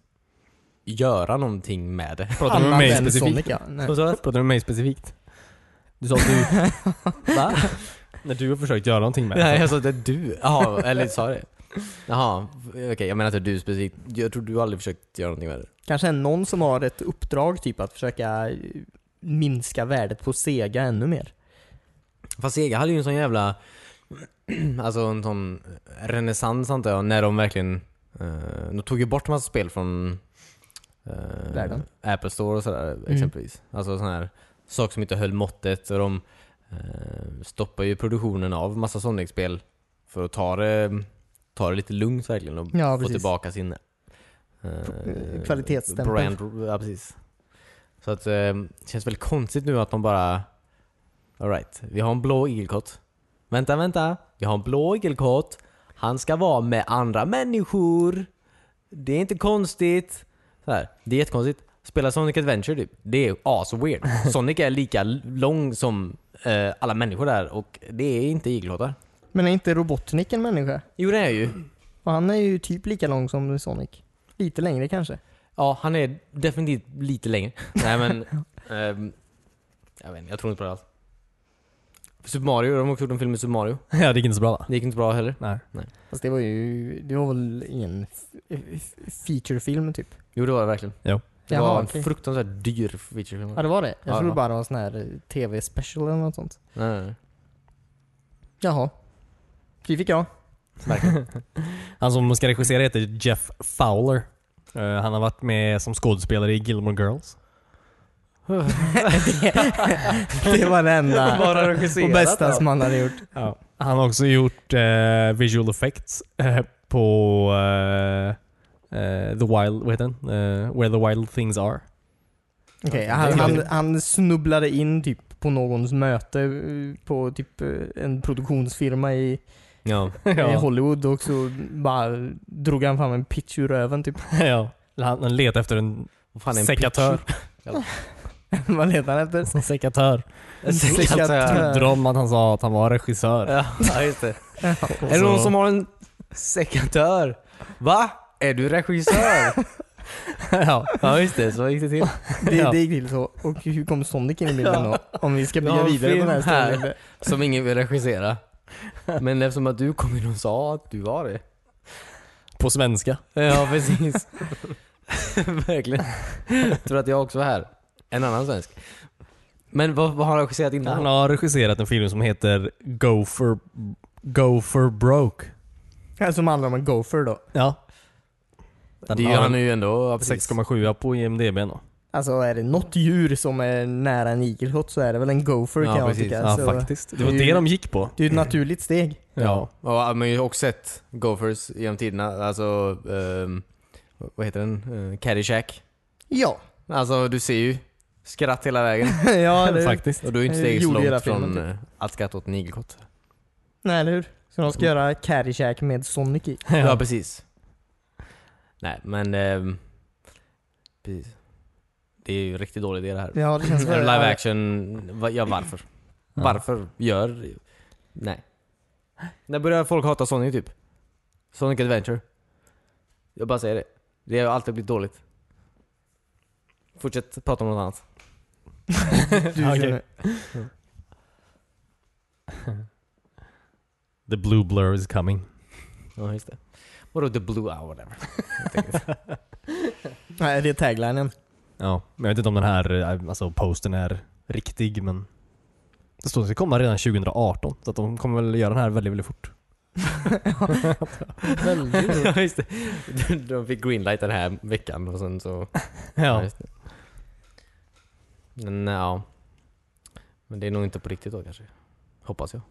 [SPEAKER 1] göra någonting med det.
[SPEAKER 2] Pratar du med
[SPEAKER 3] Annat
[SPEAKER 2] mig
[SPEAKER 3] än Sonic,
[SPEAKER 2] specifikt?
[SPEAKER 3] ja. Nej.
[SPEAKER 2] Vad sa du? Pratar du med mig specifikt? Du sa att du... Va? När du har försökt göra någonting med det.
[SPEAKER 1] Nej jag sa att det är du. Jaha, eller sa det? Jaha, okej jag menar inte du specifikt. Jag tror du aldrig försökt göra någonting med det.
[SPEAKER 3] Kanske är någon som har ett uppdrag typ att försöka eh, minska värdet på Sega ännu mer.
[SPEAKER 1] Fast Sega hade ju en sån jävla Alltså en sån renässans antar jag, när de verkligen eh, De tog ju bort massa spel från eh,
[SPEAKER 3] Världen.
[SPEAKER 1] Apple Store och sådär exempelvis. Alltså sån här saker som inte höll måttet och de eh, stoppar ju produktionen av massa Sonic-spel för att ta det, ta det lite lugnt verkligen och
[SPEAKER 3] Ja,
[SPEAKER 1] få
[SPEAKER 3] precis.
[SPEAKER 1] tillbaka sin eh,
[SPEAKER 3] P- kvalitetsstämpel.
[SPEAKER 1] Brand, ja, precis. Så att eh, det känns väl konstigt nu att de bara Alright, vi har en blå igelkott. Vänta, vänta. Jag har en blå igelkott. Han ska vara med andra människor. Det är inte konstigt. Så här, det är jättekonstigt. Spela Sonic Adventure typ. Det är as-weird. Sonic är lika l- lång som eh, alla människor där och det är inte igelkottar.
[SPEAKER 3] Men är inte Robotnik en människa?
[SPEAKER 1] Jo det är ju.
[SPEAKER 3] Och han är ju typ lika lång som Sonic. Lite längre kanske.
[SPEAKER 1] Ja, han är definitivt lite längre. Nej men... ehm, jag vet inte, jag tror inte på det alls. Super Mario, de har också gjort en film med Super Mario.
[SPEAKER 2] Ja, det gick inte så bra va?
[SPEAKER 1] Det gick inte bra heller.
[SPEAKER 2] Nej.
[SPEAKER 3] Fast det var ju, det var väl ingen f- f- featurefilm typ?
[SPEAKER 1] Jo det var det verkligen.
[SPEAKER 2] Jo.
[SPEAKER 1] Det
[SPEAKER 3] Jaha,
[SPEAKER 1] var en
[SPEAKER 3] okej.
[SPEAKER 1] fruktansvärt dyr featurefilm.
[SPEAKER 3] Ja det var det? Jag
[SPEAKER 1] Ja,
[SPEAKER 3] trodde
[SPEAKER 1] ja.
[SPEAKER 3] bara det var sån här eh, tv-special eller något sånt.
[SPEAKER 1] Nej, nej, nej.
[SPEAKER 3] Jaha. Det fick jag.
[SPEAKER 2] Han som ska regissera heter Jeff Fowler. Eh, han har varit med som skådespelare i Gilmore Girls.
[SPEAKER 3] Det var det enda
[SPEAKER 1] Bara
[SPEAKER 3] och
[SPEAKER 1] regisserat,
[SPEAKER 3] bästa
[SPEAKER 1] ja.
[SPEAKER 3] som han hade gjort.
[SPEAKER 2] Han har också gjort eh, visual effects eh, på eh, eh, The Wild... Vad heter den? Eh, Where the Wild Things Are.
[SPEAKER 3] Okej,
[SPEAKER 1] Okej,
[SPEAKER 3] han,
[SPEAKER 1] det är
[SPEAKER 3] han,
[SPEAKER 1] kul.
[SPEAKER 3] han snubblade in typ på någons möte eh, på typ eh, en produktionsfirma i,
[SPEAKER 1] Ja.
[SPEAKER 3] i
[SPEAKER 2] ja.
[SPEAKER 3] Hollywood och så bara drog han fram en pitch ur röven typ.
[SPEAKER 2] ja. Han, han letar efter en
[SPEAKER 1] Vad fan är en
[SPEAKER 2] sekatör.
[SPEAKER 3] Vad letar han efter?
[SPEAKER 2] En sekatör.
[SPEAKER 1] En
[SPEAKER 3] sekatör.
[SPEAKER 1] sekatör.
[SPEAKER 2] Trodde de att han sa att han var regissör.
[SPEAKER 1] Ja, just det.
[SPEAKER 2] Och
[SPEAKER 1] Är det
[SPEAKER 2] så-
[SPEAKER 1] någon som har en sekatör? Va? Är du regissör?
[SPEAKER 2] ja.
[SPEAKER 1] ja, just det. Så gick det till.
[SPEAKER 3] Det,
[SPEAKER 2] Ja.
[SPEAKER 3] det gick till så. Och hur kom Sonic in i bilden då? Om vi ska
[SPEAKER 1] Vi
[SPEAKER 3] bygga
[SPEAKER 1] har en
[SPEAKER 3] vidare på den här
[SPEAKER 1] film här.
[SPEAKER 3] historien.
[SPEAKER 1] Som ingen vill regissera. Men eftersom att du kom in och sa att du var det.
[SPEAKER 2] På svenska.
[SPEAKER 1] Ja, precis. Verkligen. Tror att jag också var här. En annan svensk. Men vad, vad har han regisserat
[SPEAKER 2] Han
[SPEAKER 1] innan?
[SPEAKER 2] har regisserat en film som heter Go for, Go for Broke.
[SPEAKER 3] Här Som handlar om en gopher då.
[SPEAKER 2] Ja. Den
[SPEAKER 1] Det gör
[SPEAKER 2] har
[SPEAKER 1] han ju ändå. Ja, precis.
[SPEAKER 2] 6,7 på IMDB då.
[SPEAKER 3] Alltså är det något djur som är nära en igelkott så är det väl en gopher
[SPEAKER 1] Ja,
[SPEAKER 3] kan jag
[SPEAKER 1] precis.
[SPEAKER 3] tycka.
[SPEAKER 2] Ja,
[SPEAKER 3] så
[SPEAKER 2] faktiskt. Det var
[SPEAKER 3] Det är ju-
[SPEAKER 2] det de gick på.
[SPEAKER 3] Det är ju ett naturligt steg.
[SPEAKER 2] Ja.
[SPEAKER 1] Ja, men jag har också sett Gophers genom tiderna. Alltså, ehm, vad heter den? Uh, Caddyshack.
[SPEAKER 3] Ja.
[SPEAKER 1] Alltså, du ser ju skratt hela vägen.
[SPEAKER 3] ja, det
[SPEAKER 2] Faktiskt.
[SPEAKER 1] Och du är inte
[SPEAKER 3] Eh,
[SPEAKER 1] steget så
[SPEAKER 3] gjorde
[SPEAKER 1] långt
[SPEAKER 3] hela filmen,
[SPEAKER 1] från eh, att skratta åt en igelkott.
[SPEAKER 3] Nej, eller hur? Så de ska
[SPEAKER 1] Mm.
[SPEAKER 3] göra Caddyshack med Sonic i.
[SPEAKER 1] Ja,
[SPEAKER 2] Ja.
[SPEAKER 1] precis. Nej, men... ehm, precis. Det är ju en riktigt dålig idé det här.
[SPEAKER 3] Ja, det känns
[SPEAKER 1] Är det live
[SPEAKER 3] väl...
[SPEAKER 1] action, va- ja varför?
[SPEAKER 2] Ja.
[SPEAKER 1] Varför gör... Nej. När börjar folk hata Sonic typ? Sonic Adventure. Jag bara säger det. Det har alltid blivit dåligt. Fortsätt prata om något annat.
[SPEAKER 3] Du
[SPEAKER 2] Ja,
[SPEAKER 3] kör
[SPEAKER 2] okej.
[SPEAKER 3] nu.
[SPEAKER 2] The blue blur is coming.
[SPEAKER 1] Ja, just det. Vadå the blue hour whatever? Jag tänker-
[SPEAKER 3] Nej, det är taglinen.
[SPEAKER 2] Ja. Men jag vet inte om den här eh, alltså, posten är riktig men det står att det ska komma redan 2018 så att de kommer väl göra den här väldigt, väldigt fort.
[SPEAKER 1] Ja, just det. De fick greenlight den här veckan och sen så... Ja, just det. Men ja. Men det är nog inte på riktigt då kanske. Hoppas jag.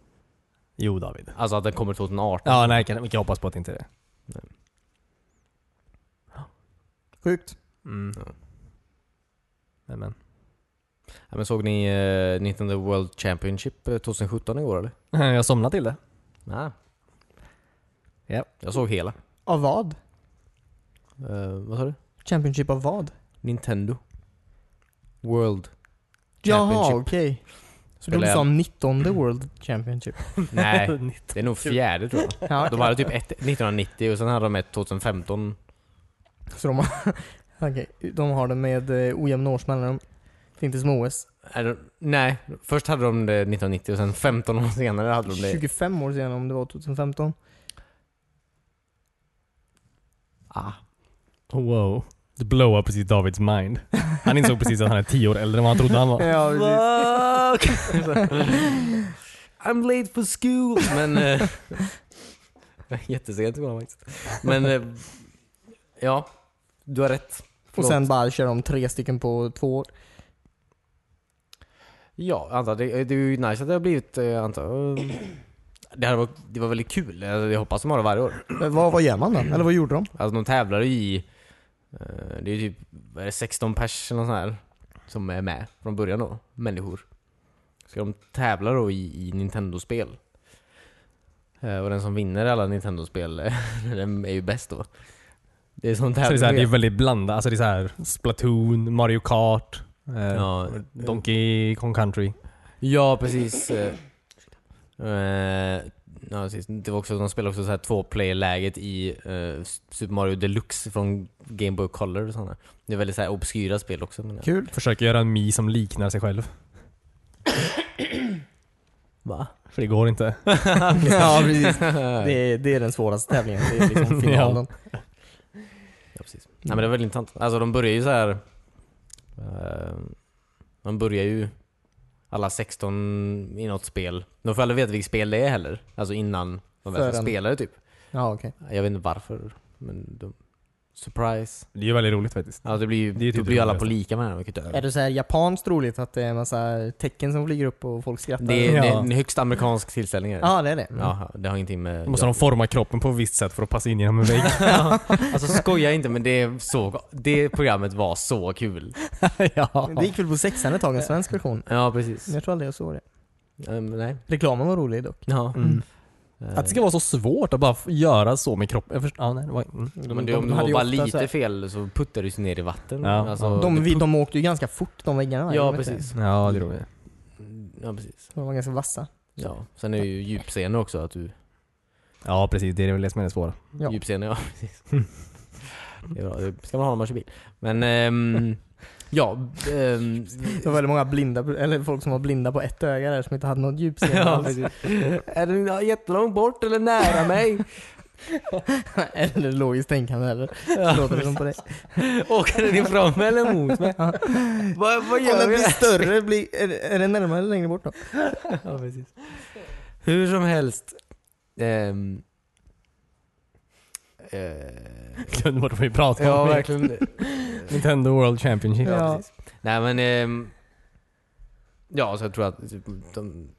[SPEAKER 2] Jo David.
[SPEAKER 1] Alltså att den kommer 2018.
[SPEAKER 2] Ja, nej, kan, vi kan hoppas på att det inte är det.
[SPEAKER 3] Sjukt.
[SPEAKER 2] Mm.
[SPEAKER 1] Ja.
[SPEAKER 2] Men, men.
[SPEAKER 1] Ja, men såg ni eh, Nintendo World Championship eh, 2017 igår eller?
[SPEAKER 2] Jag somnade till det.
[SPEAKER 1] Nej.
[SPEAKER 2] Ja.
[SPEAKER 1] Jag såg hela.
[SPEAKER 3] Av vad?
[SPEAKER 1] Eh, vad sa du?
[SPEAKER 3] Championship av vad?
[SPEAKER 1] Nintendo. World.
[SPEAKER 3] Jaha,
[SPEAKER 1] Championship.
[SPEAKER 3] okej. Så de
[SPEAKER 1] Spelar
[SPEAKER 3] sa
[SPEAKER 1] jag-
[SPEAKER 3] 19 World Championship.
[SPEAKER 1] Nej, det är nog fjärde tror jag.
[SPEAKER 3] Ja,
[SPEAKER 1] De hade typ ett 1990 och sen hade de ett 2015.
[SPEAKER 3] så de, har- okej, de har det med eh, ojämna års mellanrum. Fint som OS.
[SPEAKER 1] Är det- Nej, först hade de det 1990 och sen 15 år senare hade de det.
[SPEAKER 3] 25 år senare om det var 2015.
[SPEAKER 1] Ah,
[SPEAKER 2] Wow. Det blowade precis Davids mind. Han insåg precis att han är tio år äldre än vad han trodde han var.
[SPEAKER 3] Ja, precis.
[SPEAKER 1] Fuck! I'm late for school! Men... Eh, jättesent i skolan faktiskt. Men... Eh, ja, du har rätt.
[SPEAKER 3] Och sen bara kör de tre stycken på två år.
[SPEAKER 1] Ja, antar det, det är ju nice att det har blivit... eh, Antar, eh, det, här var, det var väldigt kul. Alltså, Jag hoppas de har det varje år.
[SPEAKER 3] Men Eh, vad, vad gör man då? Eller vad gjorde de?
[SPEAKER 1] Alltså de tävlar i... eh, Det är ju typ vad är det, 16 pers eller nåt sånt här som är med från början då, människor. Ska de tävla då i, i Nintendo-spel. Eh, Och den som vinner alla Nintendo-spel den är ju bäst då. Det är sån
[SPEAKER 2] Så det, är så här, det är
[SPEAKER 1] tävling.
[SPEAKER 2] väldigt blandat. Alltså det är så här Splatoon, Mario Kart, eh,
[SPEAKER 1] Ja.
[SPEAKER 2] Donkey Kong Country.
[SPEAKER 1] Ja, precis. eh, eh, Ja, precis. Det var också, de spelade också så här två-player-läget i eh, Super Mario Deluxe från Game Boy Color och sådana. Det är väldigt så här obskyra spel också. Men, ja.
[SPEAKER 3] Kul.
[SPEAKER 2] Försöker göra en mi som liknar sig själv.
[SPEAKER 1] Va?
[SPEAKER 2] För det går inte.
[SPEAKER 3] ja, precis. Det är, det är den svåraste tävlingen. Det är liksom finalen.
[SPEAKER 1] Ja, precis. Nej, men det var väldigt intressant. Alltså de börjar ju så här. eh, de börjar ju alla 16 i något spel. De får aldrig veta vilket spel det är heller. Alltså innan de väl
[SPEAKER 3] Förrän-
[SPEAKER 1] spelare typ.
[SPEAKER 3] Ja, okej.
[SPEAKER 1] Jag vet inte varför. Men de... Surprise.
[SPEAKER 2] Det är ju väldigt roligt faktiskt.
[SPEAKER 1] Alltså det blir ju,
[SPEAKER 2] Det är ju
[SPEAKER 1] då
[SPEAKER 2] typ
[SPEAKER 1] blir ju
[SPEAKER 2] det
[SPEAKER 1] alla på
[SPEAKER 2] roligaste.
[SPEAKER 1] lika med den, vilket är
[SPEAKER 3] Är det så här japanskt roligt att det är en massa tecken som flyger upp och folk skrattar?
[SPEAKER 1] det är, det är
[SPEAKER 2] Ja.
[SPEAKER 1] en högst amerikansk tillställning är det.
[SPEAKER 3] Ja, det är det.
[SPEAKER 1] Ja, det har ingenting med...
[SPEAKER 2] Då måste de forma kroppen på ett visst sätt för att passa in genom en vägg.
[SPEAKER 1] Ja. alltså skoja inte men det, såg, det programmet var så kul.
[SPEAKER 2] ja.
[SPEAKER 3] Det gick väl på sexan ett tag, en svensk version.
[SPEAKER 1] Ja precis.
[SPEAKER 3] Jag tror aldrig jag såg det.
[SPEAKER 1] Ehm, nej.
[SPEAKER 3] Reklamen var rolig dock.
[SPEAKER 1] Ja.
[SPEAKER 2] Mm.
[SPEAKER 1] Ehm.
[SPEAKER 2] Att det ska vara så svårt att bara f- göra så med kroppen. Jag förstår- Ja, nej, det var... mm.
[SPEAKER 1] Men det, om
[SPEAKER 3] de
[SPEAKER 1] du
[SPEAKER 3] hade
[SPEAKER 1] var
[SPEAKER 3] ju
[SPEAKER 1] bara
[SPEAKER 3] ofta
[SPEAKER 1] lite
[SPEAKER 3] så här-
[SPEAKER 1] fel så puttar du sig ner i vatten.
[SPEAKER 2] Ja.
[SPEAKER 1] Alltså,
[SPEAKER 3] De,
[SPEAKER 1] det
[SPEAKER 3] vi,
[SPEAKER 1] pu-
[SPEAKER 3] de åkte ju ganska fort de
[SPEAKER 1] ja,
[SPEAKER 3] väggarna. jag vet
[SPEAKER 1] precis.
[SPEAKER 2] ja det är roligt.
[SPEAKER 1] ja precis.
[SPEAKER 3] det. De var ganska vassa.
[SPEAKER 1] Ja. Sen är det ju djupscener också. Att du,
[SPEAKER 2] Ja, precis. Det är väl det som är det svåra.
[SPEAKER 3] Ja.
[SPEAKER 1] Djupscener, ja precis. det är bra. Det ska man ha när man kör bil. Men ehm, ja. ehm,
[SPEAKER 3] Det var väldigt många blinda, eller folk som var blinda på ett öga där som inte hade något djupseende
[SPEAKER 1] ja
[SPEAKER 3] alls.
[SPEAKER 1] precis. Är den jättelångt bort eller nära mig?
[SPEAKER 3] Eller logiskt tänkande heller.
[SPEAKER 1] Ja.
[SPEAKER 3] Låter det som på dig.
[SPEAKER 1] Åker den ifrån mig eller mot mig?
[SPEAKER 3] Ja.
[SPEAKER 1] Vad, vad
[SPEAKER 3] Om
[SPEAKER 1] gör
[SPEAKER 3] den
[SPEAKER 1] vi?
[SPEAKER 3] blir
[SPEAKER 1] där?
[SPEAKER 3] större, blir, är, det- är den närmare eller längre bort då?
[SPEAKER 1] Ja, precis. Hur som helst. ehm, eh,
[SPEAKER 2] Glömde bort vad vi pratade
[SPEAKER 1] Ja,
[SPEAKER 2] om.
[SPEAKER 1] verkligen.
[SPEAKER 2] Nintendo World Championship.
[SPEAKER 3] Ja.
[SPEAKER 1] precis. Nej men... ehm, ja, så jag tror att typ, de,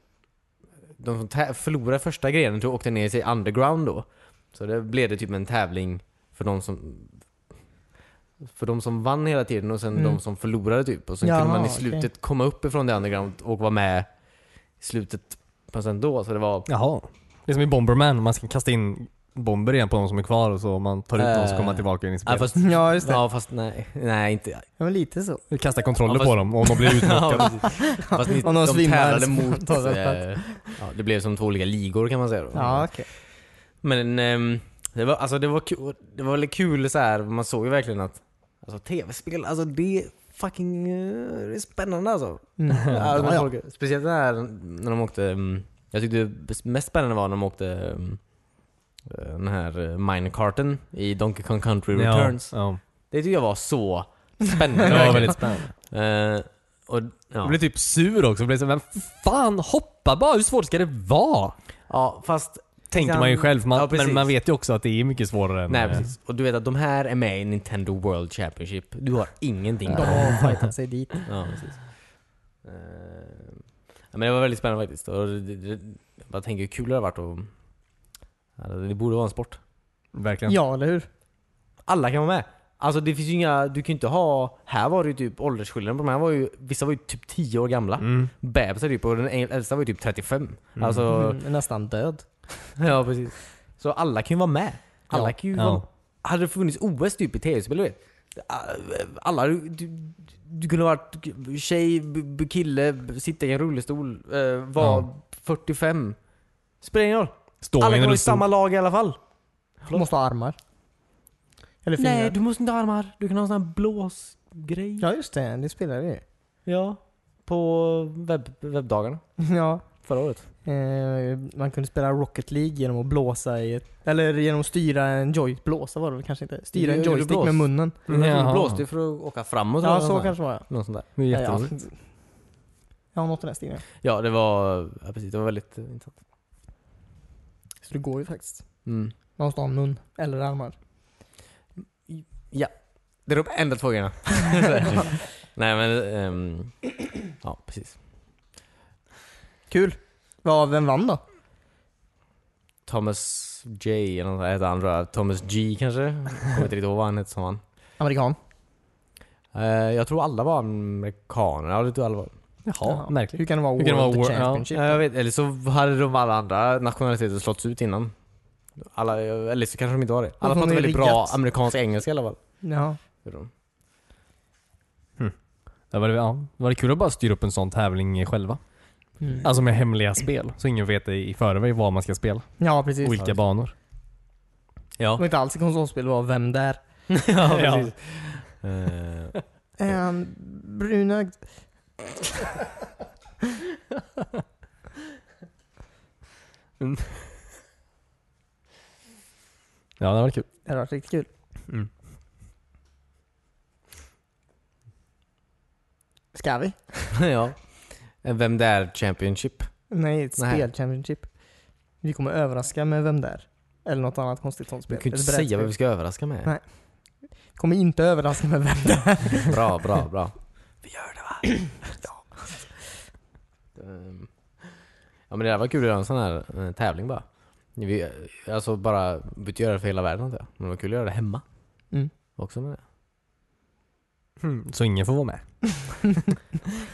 [SPEAKER 1] de som tä- förlorade första grenen tror jag åkte ner sig underground då. Så det blev det typ en tävling för de som... För de som vann hela tiden och sen
[SPEAKER 3] Mm.
[SPEAKER 1] de som förlorade typ. Och sen
[SPEAKER 3] Jaha,
[SPEAKER 1] kunde man i
[SPEAKER 3] okej.
[SPEAKER 1] slutet komma upp ifrån det underground och vara med i slutet fast ändå. Så det var...
[SPEAKER 2] Jaha. Det är som i Bomberman, man ska kasta in bomber igen på de som är kvar och så om man tar ut någon så kommer man tillbaka in i
[SPEAKER 1] Ja,
[SPEAKER 2] spelet.
[SPEAKER 1] fast,
[SPEAKER 3] Ja, just det.
[SPEAKER 1] ja, fast nej. Nej, inte...
[SPEAKER 3] Ja, men lite så.
[SPEAKER 2] Kasta kontroller
[SPEAKER 1] Ja, fast-
[SPEAKER 2] på dem och de blir
[SPEAKER 1] Ja,
[SPEAKER 2] utnyttjade.
[SPEAKER 1] precis. Fast ni,
[SPEAKER 3] Om de
[SPEAKER 1] de,
[SPEAKER 3] svimmar
[SPEAKER 1] tävlade
[SPEAKER 3] så får de
[SPEAKER 1] mot...
[SPEAKER 3] ta det
[SPEAKER 1] Eh, ja, det blev som två olika ligor kan man säga då.
[SPEAKER 3] Ja, okej.
[SPEAKER 1] Men ehm, det var, alltså, det var, kul, det var väldigt kul så här. man såg ju verkligen att alltså, tv-spel, alltså det är fucking eh, det är spännande alltså.
[SPEAKER 3] Mm.
[SPEAKER 1] Alltså,
[SPEAKER 3] Ja,
[SPEAKER 1] när
[SPEAKER 3] ja.
[SPEAKER 1] folk- Speciellt det här när de åkte, mm, jag tyckte det mest spännande var när de åkte mm, eh, den här eh, minecarten i Donkey Kong Country Returns.
[SPEAKER 2] Ja,
[SPEAKER 1] Det tyckte jag var så spännande.
[SPEAKER 2] ja. Det
[SPEAKER 1] verkligen.
[SPEAKER 2] var väldigt spännande.
[SPEAKER 1] Eh, och, ja.
[SPEAKER 2] Jag blev typ sur också. Jag blev så, här, men fan hoppa bara, hur svårt ska det vara?
[SPEAKER 1] ja, fast
[SPEAKER 2] Tänkte
[SPEAKER 1] sen-
[SPEAKER 2] man ju själv, man,
[SPEAKER 1] Liksom- Ja, precis.
[SPEAKER 2] men man vet ju också att det är mycket svårare än...
[SPEAKER 1] Nej
[SPEAKER 2] eh,
[SPEAKER 1] precis. Och du vet att de här är med i Nintendo World Championship. Du har ingenting
[SPEAKER 3] De
[SPEAKER 1] på
[SPEAKER 3] har fightat sig dit.
[SPEAKER 1] Ja, precis. Eh, ja, men det var väldigt spännande faktiskt. Och det, det, jag bara tänker hur kul det har varit att... Ja, det borde vara en sport.
[SPEAKER 2] Verkligen.
[SPEAKER 3] Ja, eller hur?
[SPEAKER 1] Alla kan vara med. Alltså det finns ju inga, du kan ju inte ha... Här var det ju typ åldersskillnaden på de här var ju, vissa var ju typ 10 år gamla.
[SPEAKER 2] Mm.
[SPEAKER 1] Bebisar typ och den äldsta var ju typ 35.
[SPEAKER 2] Mm.
[SPEAKER 1] Alltså,
[SPEAKER 3] Mm, nästan död.
[SPEAKER 1] ja precis. Så alla kan ju vara med. Alla
[SPEAKER 3] Ja.
[SPEAKER 1] kan ju
[SPEAKER 2] Ja.
[SPEAKER 1] vara, Hade det funnits OS typ i tv-spel du vet, Alla, du, du, du kunde ha varit tjej, b- b- kille, b- sitta i en rullstol, eh, var
[SPEAKER 2] Ja.
[SPEAKER 1] 45. Spelar ingen roll.
[SPEAKER 2] Står
[SPEAKER 1] Alla
[SPEAKER 2] i en
[SPEAKER 1] går i
[SPEAKER 2] rullstol.
[SPEAKER 1] samma lag i alla fall.
[SPEAKER 3] Du måste ha armar. Eller fingrar.
[SPEAKER 1] Nej, du måste inte ha armar. Du kan ha en sån här blåsgrej.
[SPEAKER 3] Ja just det, det spelar vi ju.
[SPEAKER 1] Ja. På webb, webbdagarna
[SPEAKER 3] Ja.
[SPEAKER 1] förra året.
[SPEAKER 3] Eh, man kunde spela Rocket League genom att blåsa i ett, Eller genom att styra en joy... Blåsa var det väl kanske inte? Styra en
[SPEAKER 1] Jo, jo, du
[SPEAKER 3] joystick
[SPEAKER 1] blås.
[SPEAKER 3] med munnen.
[SPEAKER 1] Du
[SPEAKER 2] Jaha.
[SPEAKER 1] blåste ju för att åka framåt.
[SPEAKER 3] Ja
[SPEAKER 1] eller
[SPEAKER 3] så
[SPEAKER 1] något
[SPEAKER 3] kanske var jag.
[SPEAKER 1] Något sånt där.
[SPEAKER 2] Det är
[SPEAKER 3] Ja, ja.
[SPEAKER 2] jätteroligt.
[SPEAKER 3] Jag har något i den stilen.
[SPEAKER 1] Ja, det var, ja, precis, det var väldigt eh, intressant.
[SPEAKER 3] Så det går ju faktiskt.
[SPEAKER 1] Mm.
[SPEAKER 3] Man måste ha mun eller armar.
[SPEAKER 1] Det är de enda två grejerna. Nej men, ehm, ja precis.
[SPEAKER 3] Kul! Ja, vem vann då?
[SPEAKER 1] Thomas J eller något sånt hette han tror jag. Thomas G kanske? Jag Kommer inte riktigt ihåg vad han hette som han.
[SPEAKER 3] Amerikan.
[SPEAKER 1] Eh, jag tror alla var amerikaner. Ja, det tror alla var.
[SPEAKER 3] Jaha.
[SPEAKER 2] märkligt.
[SPEAKER 3] Hur kan det vara
[SPEAKER 2] Hur
[SPEAKER 3] World
[SPEAKER 2] kan det vara World- ja.
[SPEAKER 3] Championship?
[SPEAKER 1] Typ. Ja, jag vet, eller så hade de alla andra nationaliteter slåtts ut innan. Alla, eller så kanske de inte var det. Alla
[SPEAKER 3] Varför
[SPEAKER 1] pratar
[SPEAKER 3] är det
[SPEAKER 1] väldigt bra
[SPEAKER 3] riggat?
[SPEAKER 1] amerikansk engelska i alla fall.
[SPEAKER 3] Ja.
[SPEAKER 1] Gjorde de.
[SPEAKER 2] Det var, det, ja. det var kul att bara styra upp en sån tävling själva.
[SPEAKER 3] Mm.
[SPEAKER 2] Alltså med hemliga spel. Så ingen vet i förväg vad man ska spela.
[SPEAKER 3] ja, precis.
[SPEAKER 2] Och vilka banor.
[SPEAKER 3] Det var inte alls ett konsolspel, det var vem där?
[SPEAKER 1] ja,
[SPEAKER 2] Ja.
[SPEAKER 1] precis. Eh,
[SPEAKER 3] Är han brunögd?
[SPEAKER 2] Ja, det var kul.
[SPEAKER 3] Det hade varit riktigt kul.
[SPEAKER 2] Mm.
[SPEAKER 3] Ska vi?
[SPEAKER 1] ja. Vem där Championship?
[SPEAKER 3] Nej, ett
[SPEAKER 1] Nej.
[SPEAKER 3] spel championship. Vi kommer överraska med vem där. Eller något annat konstigt sånt
[SPEAKER 1] Du
[SPEAKER 3] spel.
[SPEAKER 1] kan ju inte
[SPEAKER 3] Ett brädspel.
[SPEAKER 1] säga vad vi ska överraska med.
[SPEAKER 3] Nej. Kommer inte överraska med vem där.
[SPEAKER 1] Bra, bra, bra. Vi gör det va? ja. Ehm, Ja men det där var kul att göra en sån här eh, tävling bara. Vi, eh, alltså bara, vi behöver inte göra det för hela världen antar jag. Men det var kul att göra det hemma.
[SPEAKER 3] Mm.
[SPEAKER 1] Också med det. Hmm.
[SPEAKER 2] Så ingen får vara med.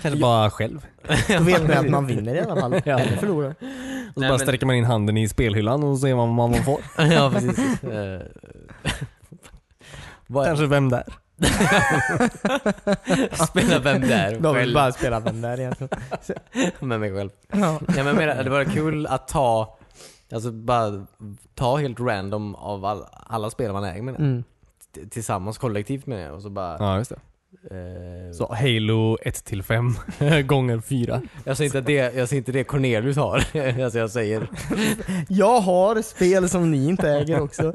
[SPEAKER 2] Kanske bara själv.
[SPEAKER 3] Då vet man att man vinner i alla fall.
[SPEAKER 2] Ja.
[SPEAKER 3] Eller förlorar.
[SPEAKER 2] Och så
[SPEAKER 1] Nej,
[SPEAKER 2] bara
[SPEAKER 1] men-
[SPEAKER 2] sträcker man in handen i spelhyllan och ser man vad man får.
[SPEAKER 1] ja precis. Eh, Vad
[SPEAKER 2] Kanske vem där.
[SPEAKER 1] Spela Vem Där
[SPEAKER 3] De vill
[SPEAKER 1] själv.
[SPEAKER 3] bara spela vem där egentligen.
[SPEAKER 1] Med mig själv.
[SPEAKER 3] Ja.
[SPEAKER 1] Ja, men jag menar, det var kul att ta, alltså bara ta helt random av all, alla spel man äger med det.
[SPEAKER 3] Mm.
[SPEAKER 1] T- Tillsammans kollektivt med det och så bara...
[SPEAKER 2] Ja, just det.
[SPEAKER 1] Eh,
[SPEAKER 2] Så Halo 1-5 gånger 4.
[SPEAKER 1] Jag säger inte att det, jag säger inte det Cornelius har. Alltså jag säger,
[SPEAKER 3] Jag har spel som ni inte äger också.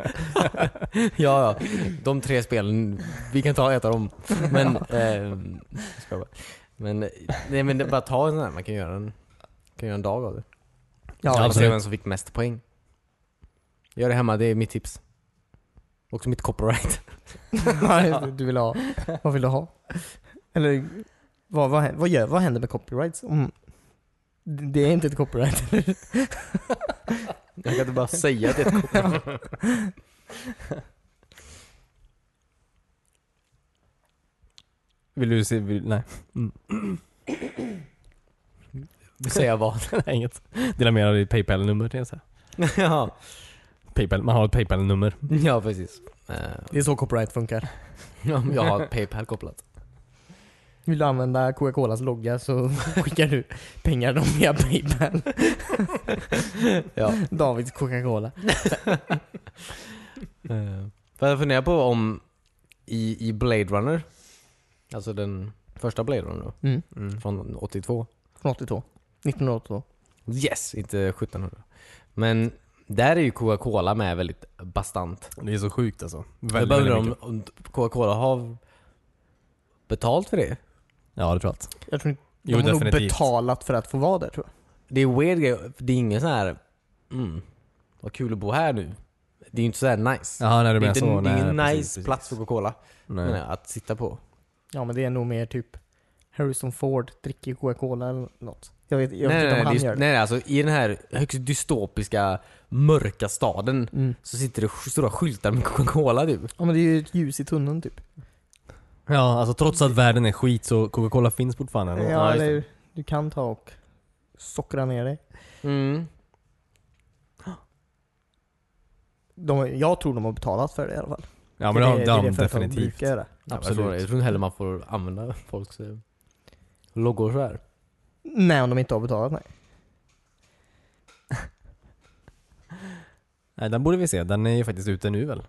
[SPEAKER 1] ja ja, de tre spelen, vi kan ta ett av dem. Men, ehm, jag skojar bara. men, nej men det, bara ta en sån här, man kan göra en, kan göra en dag av det.
[SPEAKER 2] Ja,
[SPEAKER 1] Ja,
[SPEAKER 2] absolut.
[SPEAKER 1] se vem som fick mest poäng. Gör det hemma, det är mitt tips. Också mitt copyright.
[SPEAKER 3] Ja, just det. du vill ha. Vad vill du ha? Eller vad, vad, hä- vad, gör, vad händer med copyrights? Om, det är inte ett copyright.
[SPEAKER 1] Jag kan inte bara säga att det är ett copyright.
[SPEAKER 2] Vill du se? Vill, nej.
[SPEAKER 1] Säga vad.
[SPEAKER 2] nej, inget. Dela med dig av ditt Paypal-nummer till så här.
[SPEAKER 1] ja.
[SPEAKER 2] Paypal, man har ett Paypal-nummer.
[SPEAKER 1] ja, precis. Eh,
[SPEAKER 3] Det är så copyright funkar.
[SPEAKER 1] ja, men jag har Paypal kopplat.
[SPEAKER 3] Vill du använda Coca-Colas logga så skickar du pengar dem via Paypal.
[SPEAKER 1] Ja.
[SPEAKER 3] Davids Coca-Cola.
[SPEAKER 1] Eh, för jag funderar på om i, i Blade Runner, alltså den första Blade Runner då,
[SPEAKER 3] Mm.
[SPEAKER 1] från 82.
[SPEAKER 3] Från 82. 1982.
[SPEAKER 1] Yes! Inte 1700. Men där är ju Coca-Cola med väldigt bastant.
[SPEAKER 2] Det är så sjukt alltså.
[SPEAKER 1] Jag
[SPEAKER 2] Väldigt,
[SPEAKER 1] bara
[SPEAKER 2] väldigt
[SPEAKER 1] undrar om,
[SPEAKER 2] mycket.
[SPEAKER 1] om Coca-Cola har betalt för det?
[SPEAKER 2] Ja, det tror jag. att-
[SPEAKER 3] Jag tror inte, de
[SPEAKER 2] Jo,
[SPEAKER 3] har nog
[SPEAKER 2] definitivt.
[SPEAKER 3] betalat för att få vara där tror jag.
[SPEAKER 1] Det är en weird grej, för det är ingen sån här mm, vad kul att bo här nu. Det är ju inte så här nice.
[SPEAKER 2] Jaha, nej,
[SPEAKER 1] det
[SPEAKER 2] du
[SPEAKER 1] är,
[SPEAKER 2] menar
[SPEAKER 1] inte,
[SPEAKER 2] så.
[SPEAKER 1] det är
[SPEAKER 2] nej,
[SPEAKER 1] ingen
[SPEAKER 2] precis,
[SPEAKER 1] nice
[SPEAKER 2] precis.
[SPEAKER 1] plats för Coca-Cola menar
[SPEAKER 2] Nej.
[SPEAKER 1] jag, att sitta på.
[SPEAKER 3] Ja men det är nog mer typ Harrison Ford dricker Coca-Cola eller något. Jag vet, jag vet
[SPEAKER 1] nej,
[SPEAKER 3] inte
[SPEAKER 1] nej,
[SPEAKER 3] om han
[SPEAKER 1] det är-
[SPEAKER 3] gör det.
[SPEAKER 1] nej, alltså i den här högst dystopiska, mörka staden
[SPEAKER 3] Mm.
[SPEAKER 1] så sitter det sk- stora skyltar med Coca-Cola typ.
[SPEAKER 3] Ja men det är ju ett ljus i tunneln typ.
[SPEAKER 2] Ja, alltså trots att världen är skit så Coca-Cola finns fortfarande. ändå.
[SPEAKER 3] Ja,
[SPEAKER 1] just
[SPEAKER 3] eller hur? du kan ta och sockra ner dig.
[SPEAKER 1] Mm.
[SPEAKER 3] De, jag tror de har betalat för det i alla fall.
[SPEAKER 2] Ja men det har
[SPEAKER 3] är
[SPEAKER 2] det har
[SPEAKER 3] det
[SPEAKER 2] de
[SPEAKER 3] företag
[SPEAKER 2] definitivt.
[SPEAKER 3] brukar göra.
[SPEAKER 1] Absolut. alltså, Jag tror inte heller man får använda folks eh, loggor så här.
[SPEAKER 3] Nej, om de inte har betalat nej.
[SPEAKER 2] Nej, den borde vi se. Den är ju faktiskt ute nu väl?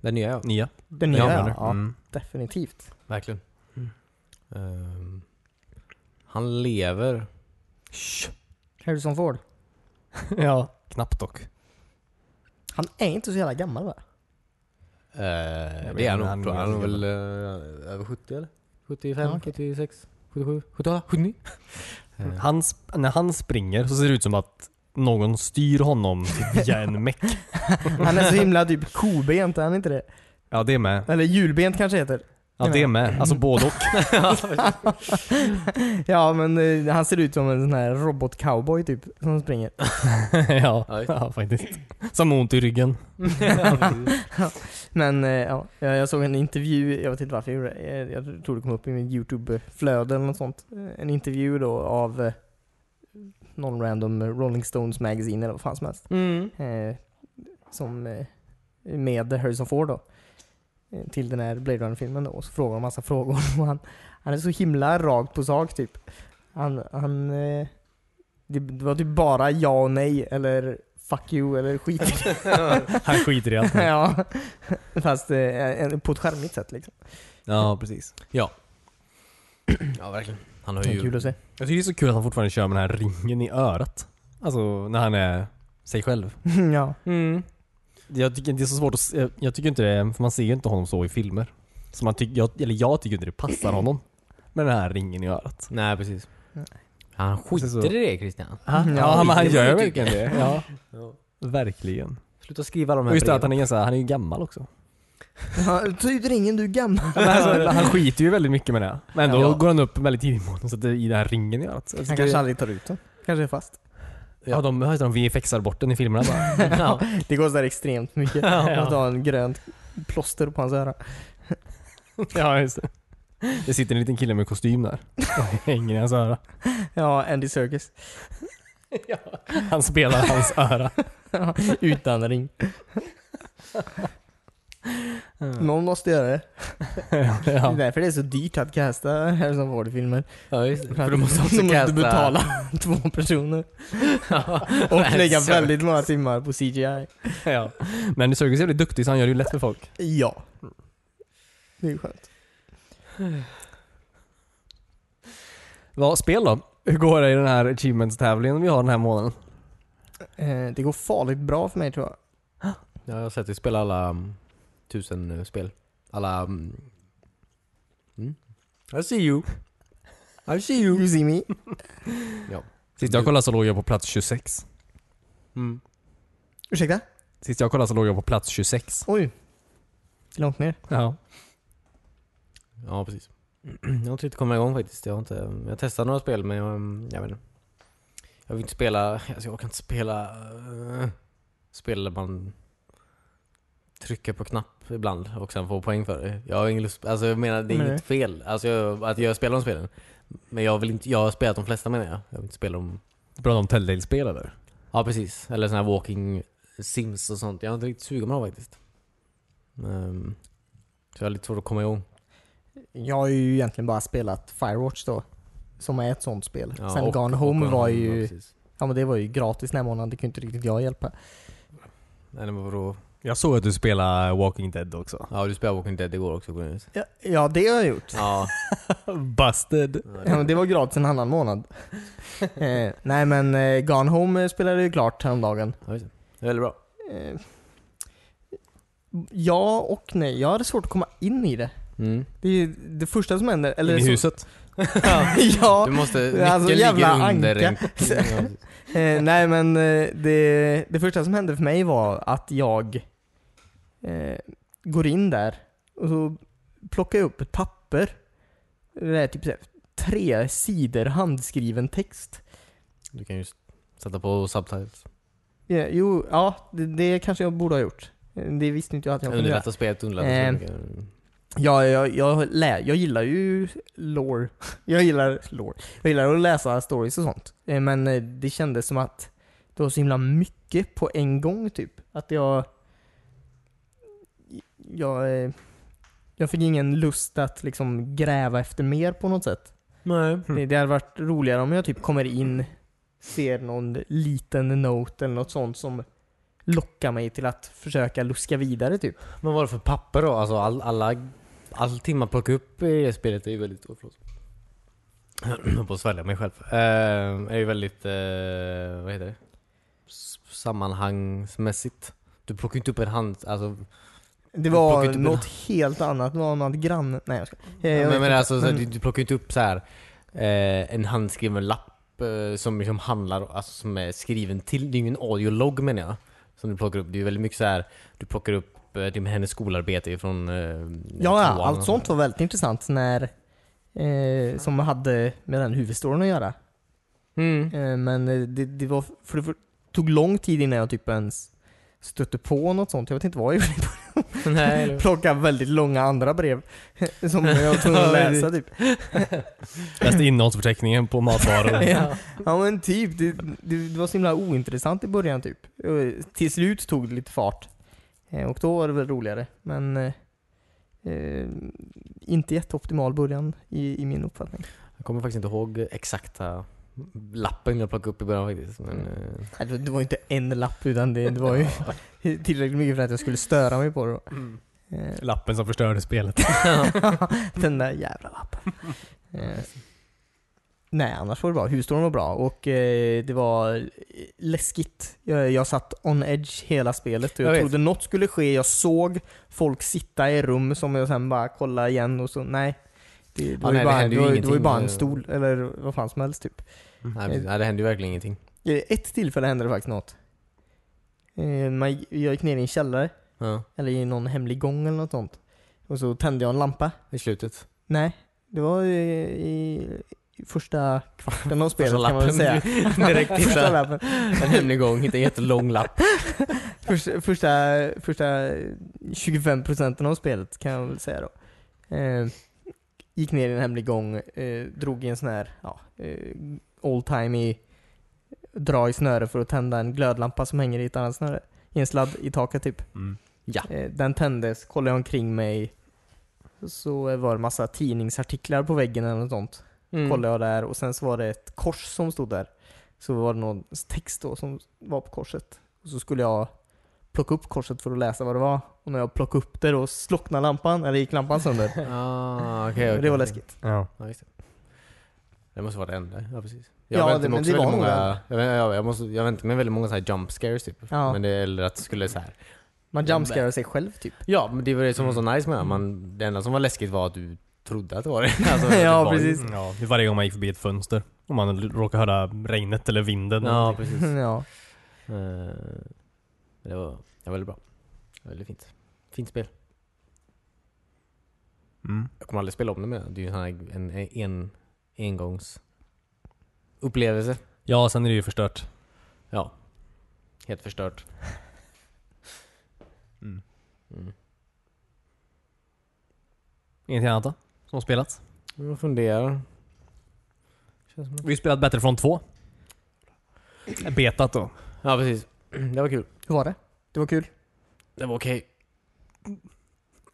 [SPEAKER 1] Den nya ja.
[SPEAKER 2] Nya.
[SPEAKER 3] Den nya,
[SPEAKER 2] menar
[SPEAKER 3] ja,
[SPEAKER 2] du?
[SPEAKER 3] ja
[SPEAKER 2] Mm.
[SPEAKER 3] definitivt.
[SPEAKER 1] Verkligen.
[SPEAKER 2] Mm.
[SPEAKER 1] Ehm, han lever.
[SPEAKER 3] Harrison Ford.
[SPEAKER 2] ja, knappt dock.
[SPEAKER 3] Han är inte så jävla gammal va?
[SPEAKER 1] Eh,
[SPEAKER 2] vet
[SPEAKER 1] det är
[SPEAKER 2] inte,
[SPEAKER 1] han
[SPEAKER 2] han
[SPEAKER 1] nog. tror jag. Han är
[SPEAKER 2] är
[SPEAKER 1] nog väl eh, över 70 eller? 75,
[SPEAKER 3] Ja, okej.
[SPEAKER 1] 76, 77, 78, 79? Eh,
[SPEAKER 2] Han sp- när han springer så ser det ut som att någon styr honom typ via en meck.
[SPEAKER 3] Han är så himla typ kobent, är han inte det?
[SPEAKER 2] Ja, det med.
[SPEAKER 3] Eller julbent kanske heter.
[SPEAKER 2] Ja, det med. Alltså både och.
[SPEAKER 3] Ja men eh, han ser ut som en sån här robotcowboy typ, som springer.
[SPEAKER 2] ja,
[SPEAKER 1] Ja, just
[SPEAKER 2] ja, faktiskt. Som ont i ryggen.
[SPEAKER 1] Ja, precis.
[SPEAKER 3] Men eh, ja, jag jag såg en intervju, jag vet inte varför jag gjorde det, Eh, jag tror det kom upp i min YouTube-flöde eller något sånt. Eh, En intervju då av eh, någon random Rolling Stones Magazine eller vad fan som helst.
[SPEAKER 1] mm.
[SPEAKER 3] Eh, Som eh, med Harrison Ford då. Eh, Till den här Blade Runner-filmen då. Och så frågar de massa frågor och han, han är så himla rakt på sak typ. Han, han eh, det, det var typ bara ja och nej eller fuck you eller skit i
[SPEAKER 2] Han skiter i allt.
[SPEAKER 3] ja. Fast eh, en- på ett charmigt sätt liksom.
[SPEAKER 2] Ja, precis.
[SPEAKER 1] ja, verkligen. Han har
[SPEAKER 3] Det är
[SPEAKER 1] ju...
[SPEAKER 3] kul att se.
[SPEAKER 2] Jag tycker det är så kul att han fortfarande kör med den här ringen i örat. Alltså, när han är sig själv.
[SPEAKER 3] ja.
[SPEAKER 1] Mm.
[SPEAKER 2] Jag tycker det är så svårt att se. Jag tycker inte det, för man ser ju inte honom så i filmer. Så man tycker, jag, eller jag tycker inte det passar honom. Med den här ringen i örat.
[SPEAKER 1] Nej, precis.
[SPEAKER 3] Nej.
[SPEAKER 1] Han skiter
[SPEAKER 2] Precis så.
[SPEAKER 1] i det Christian.
[SPEAKER 2] Ja,
[SPEAKER 1] Mm, Ja,
[SPEAKER 2] men han
[SPEAKER 1] det
[SPEAKER 2] gör ju
[SPEAKER 1] tycker
[SPEAKER 2] verkligen det. Ja,
[SPEAKER 1] Ja.
[SPEAKER 2] verkligen.
[SPEAKER 1] Sluta skriva de här
[SPEAKER 2] Och just det att
[SPEAKER 1] breven.
[SPEAKER 2] han är, ganska, han är ju gammal också.
[SPEAKER 3] Tyder ingen du är gammal.
[SPEAKER 2] Men alltså, han skiter ju väldigt mycket med det. Men då
[SPEAKER 3] Ja.
[SPEAKER 2] går han upp väldigt tidigt i morgon och sätter i den här ringen i örat.
[SPEAKER 3] Han kanske aldrig tar ut den. Kanske är fast.
[SPEAKER 2] Ja, de, vad heter de VFXar bort den i filmerna bara.
[SPEAKER 1] Ja.
[SPEAKER 3] Det kostar extremt mycket
[SPEAKER 2] Ja.
[SPEAKER 3] att ha en grönt plåster på hans öra.
[SPEAKER 2] ja, just det. Det sitter en liten kille med kostym där. Och hänger i hans öra.
[SPEAKER 3] Ja, Andy Serkis.
[SPEAKER 2] Han spelar hans öra.
[SPEAKER 3] Utan ring. Någon måste göra det. Det är
[SPEAKER 2] ja.
[SPEAKER 3] därför det är så dyrt att casta Harrison Ford-filmer.
[SPEAKER 1] ja, just det.
[SPEAKER 3] För
[SPEAKER 1] För
[SPEAKER 3] att
[SPEAKER 1] du måste också
[SPEAKER 3] du måste
[SPEAKER 1] casta...
[SPEAKER 3] betala två personer.
[SPEAKER 1] Ja.
[SPEAKER 3] Och lägga
[SPEAKER 1] så-
[SPEAKER 3] väldigt många timmar på CGI.
[SPEAKER 2] ja. Men Sergus är väldigt duktig så han gör det ju lätt för folk.
[SPEAKER 3] Ja. Mm. Det är ju skönt.
[SPEAKER 2] Vad, spel då? Hur går det i den här achievements-tävlingen vi har den här månaden?
[SPEAKER 3] Eh, Det går farligt bra för mig tror jag.
[SPEAKER 1] Ja, jag har sett dig spela alla mm, tusen eh, spel. Alla... mm, Mm. I see you. I see you.
[SPEAKER 3] You see me?
[SPEAKER 2] Sist jag kollade så låg jag på plats 26.
[SPEAKER 1] Mm.
[SPEAKER 3] Ursäkta?
[SPEAKER 2] Sist jag kollade så låg jag på plats 26.
[SPEAKER 3] Oj. Långt ner.
[SPEAKER 2] Ja.
[SPEAKER 1] Ja, precis. Jag har inte riktigt kommit igång faktiskt. Jag har inte... Jag testade några spel men jag... mm, Jag vet inte. Jag vill inte spela... Alltså jag orkar inte spela... eh, spel där man trycker på knapp ibland och sen får poäng för det. Jag har ingen lust... Alltså jag menar det är
[SPEAKER 3] Nej.
[SPEAKER 1] inget fel. Alltså jag, att jag spelar de spelen. Men jag vill inte... Jag har spelat de flesta menar jag. Jag vill inte spela de
[SPEAKER 2] Bra om Telltale-spel eller?
[SPEAKER 1] Ja precis, eller såna här walking sims och sånt. Jag är inte riktigt sugen på dem faktiskt. Ehm, så jag har lite svårt att komma igång.
[SPEAKER 3] Jag har ju egentligen bara spelat Firewatch då. Som är ett sånt spel.
[SPEAKER 1] Ja,
[SPEAKER 3] Sen
[SPEAKER 1] och-
[SPEAKER 3] Gone
[SPEAKER 1] och
[SPEAKER 3] Home
[SPEAKER 1] Gone
[SPEAKER 3] var
[SPEAKER 1] Home,
[SPEAKER 3] ju...
[SPEAKER 1] Ja,
[SPEAKER 3] Ja,
[SPEAKER 1] precis.
[SPEAKER 3] men det var ju gratis den här månaden. Det kunde inte riktigt jag hjälpa.
[SPEAKER 1] Nej, men vadå?
[SPEAKER 2] Jag såg att du spelade Walking Dead också.
[SPEAKER 1] Ja du spelade Walking Dead igår också Cornelius.
[SPEAKER 3] Ja, ja det har jag gjort.
[SPEAKER 1] Ja.
[SPEAKER 2] Busted.
[SPEAKER 3] Ja, men det var gratis en annan månad. eh, nej men eh, Gone Home eh, spelade jag ju klart häromdagen.
[SPEAKER 1] ja, just det. Det är väldigt bra.
[SPEAKER 3] Eh, ja och nej. Jag hade svårt att komma in i det.
[SPEAKER 1] Mm.
[SPEAKER 3] Det är ju det första som händer. Eller
[SPEAKER 2] In i
[SPEAKER 3] så-
[SPEAKER 2] huset.
[SPEAKER 3] ja.
[SPEAKER 1] Du måste, nyckeln
[SPEAKER 3] alltså, jävla
[SPEAKER 1] ligger under
[SPEAKER 3] anka.
[SPEAKER 1] en... Ja, precis.
[SPEAKER 3] Eh, nej men eh, det, det första som hände för mig var att jag eh, går in där och så plockar jag upp ett papper. Det är typ så här, tre sidor handskriven text.
[SPEAKER 1] Du kan ju s- sätta på subtitles.
[SPEAKER 3] Ja, jo, ja det, det kanske jag borde ha gjort. Eh, Det visste inte jag att jag kunde göra.
[SPEAKER 1] Underlätta spelet, underlätta
[SPEAKER 3] Ehm.
[SPEAKER 1] spelet.
[SPEAKER 3] Ja, jag, jag, lä- jag gillar ju lore. Jag gillar lore. Jag gillar att läsa stories och sånt. Eh, Men eh, det kändes som att det var så himla mycket på en gång typ. Att jag... Jag... eh, Jag fick ingen lust att liksom gräva efter mer på något sätt.
[SPEAKER 1] Nej.
[SPEAKER 3] Det, det hade varit roligare om jag typ kommer in, ser någon liten note eller något sånt som lockar mig till att försöka luska vidare typ.
[SPEAKER 1] Men vad är det för papper då? Alltså all, alla, allting man plockar upp i det spelet är ju väldigt... Oh, förlåt. Jag höll på att svälja mig själv. Eh, är ju väldigt, eh, vad heter det? S- Sammanhangsmässigt. Du plockar ju inte upp en hand, alltså.
[SPEAKER 3] Det
[SPEAKER 1] plockar
[SPEAKER 3] var
[SPEAKER 1] inte upp
[SPEAKER 3] något helt annat, det var annat grann... Nej jag ska. Eh, jag
[SPEAKER 1] men,
[SPEAKER 3] vet
[SPEAKER 1] men
[SPEAKER 3] inte.
[SPEAKER 1] alltså, så här,
[SPEAKER 3] Men-
[SPEAKER 1] Du, du plockar ju inte upp så här eh, en handskriven lapp eh, som liksom handlar, alltså som är skriven till, det är ju ingen audiolog menar jag. Som du plockar upp. Det är ju väldigt mycket så här du plockar upp eh, din, hennes skolarbete från eh,
[SPEAKER 3] Ja, ja
[SPEAKER 1] tvåan.
[SPEAKER 3] allt sånt var väldigt intressant när eh, som hade med den huvudstoryn att göra.
[SPEAKER 1] Mm.
[SPEAKER 3] Eh, men eh, det, det var, för det för- tog lång tid innan jag typ ens stötte på något sånt. Jag vet inte vad jag gjorde.
[SPEAKER 1] Nej, eller-
[SPEAKER 3] Plockade väldigt långa andra brev som jag var tvungen att läsa typ.
[SPEAKER 2] Läste innehållsförteckningen på matvaror.
[SPEAKER 3] Ja, ja men typ. Det, det, det var så himla ointressant i början typ. Eh, Till slut tog det lite fart. Eh, Och då var det väl roligare. Men eh, eh, inte jätteoptimal början i, i min uppfattning.
[SPEAKER 1] Jag kommer faktiskt inte ihåg exakta lappen jag plockade upp i början faktiskt. Men, eh,
[SPEAKER 3] Nej, det- Det var ju inte en lapp utan det, det var ju tillräckligt mycket för att jag skulle störa mig på det. Eh,
[SPEAKER 2] Lappen som förstörde spelet.
[SPEAKER 3] Den där jävla lappen. Eh, Nej, annars var det bra. Husstoryn var bra och eh, det var läskigt. Jag, jag satt on edge hela spelet och jag,
[SPEAKER 1] Jag vet.
[SPEAKER 3] trodde något skulle ske. Jag såg folk sitta i rum som jag sen bara kollade igen och så nej. Det, det, var,
[SPEAKER 1] nej,
[SPEAKER 3] ju
[SPEAKER 1] det
[SPEAKER 3] bara,
[SPEAKER 1] hände
[SPEAKER 3] det,
[SPEAKER 1] ju
[SPEAKER 3] var, ju- det var ju
[SPEAKER 1] ingenting.
[SPEAKER 3] bara en stol eller vad fan som helst typ.
[SPEAKER 1] nej, precis. nej, det hände ju verkligen ingenting.
[SPEAKER 3] Eh, Ett tillfälle hände det faktiskt något. Eh, man- Jag gick ner i en källare,
[SPEAKER 1] Ja,
[SPEAKER 3] eller i någon hemlig gång eller något sånt. Och så tände jag en lampa.
[SPEAKER 1] I slutet.
[SPEAKER 3] Nej, det var i, i i första kvarten av spelet kan man väl säga.
[SPEAKER 1] Direkt
[SPEAKER 3] första,
[SPEAKER 1] hitta
[SPEAKER 3] lappen.
[SPEAKER 1] en hemlig gång, hitta en jättelång lapp.
[SPEAKER 3] första, första, första 25 procenten av spelet kan jag väl säga då. Eh, gick ner i en hemlig gång, eh, drog i en sån här ja, eh, old timey dra i snöre för att tända en glödlampa som hänger i ett annat snöre. I en sladd i taket typ.
[SPEAKER 2] Mm.
[SPEAKER 3] Eh, Den tändes, kollade jag omkring mig så var det massa tidningsartiklar på väggen eller något sånt.
[SPEAKER 1] Mm.
[SPEAKER 3] kollade jag där och sen så var det ett kors som stod där. Så var det någon text då som var på korset. Och så skulle jag plocka upp korset för att läsa vad det var. Och när jag plockade upp det då slocknade lampan, eller gick lampan sönder.
[SPEAKER 1] Ah, okej, okej,
[SPEAKER 3] det var
[SPEAKER 1] okej.
[SPEAKER 3] läskigt.
[SPEAKER 2] Ja.
[SPEAKER 1] Ja, just det. det måste vara det enda. Ja, precis.
[SPEAKER 3] Ja,
[SPEAKER 1] Jag väntade
[SPEAKER 3] det-
[SPEAKER 1] mig
[SPEAKER 3] men
[SPEAKER 1] också
[SPEAKER 3] det var
[SPEAKER 1] väldigt
[SPEAKER 3] nog
[SPEAKER 1] många, jag, vet- jag, jag, måste, jag väntade mig väldigt många så här jump scares typ.
[SPEAKER 3] Ja.
[SPEAKER 1] Men det, eller att det skulle så här
[SPEAKER 3] Man jumpscarar sig själv typ.
[SPEAKER 1] Ja, men det var det som var så nice med det. Man, det enda som var läskigt var att du trodde att det var det. Alltså, det
[SPEAKER 3] Ja,
[SPEAKER 1] var ju-
[SPEAKER 3] precis.
[SPEAKER 2] Mm, Ja, det var varje gång man gick förbi ett fönster. Om man råkade höra regnet eller vinden.
[SPEAKER 1] Ja, precis.
[SPEAKER 3] ja.
[SPEAKER 1] Eh, det, var, det var väldigt bra. Väldigt fint. Fint spel.
[SPEAKER 2] Mm.
[SPEAKER 1] Jag kommer aldrig spela om det mer. Det är ju en, sån här- en, en engångs upplevelse.
[SPEAKER 2] ja, sen är det ju förstört.
[SPEAKER 1] Ja. Helt förstört.
[SPEAKER 2] Mm.
[SPEAKER 1] Mm.
[SPEAKER 2] Ingenting annat då? Som har spelats?
[SPEAKER 1] Jag funderar. Känns som att-
[SPEAKER 2] Vi har ju spelat Battlefront 2. Betat då.
[SPEAKER 1] Ja, precis. Det var kul.
[SPEAKER 3] Hur var det? Det var kul.
[SPEAKER 1] Det var okej.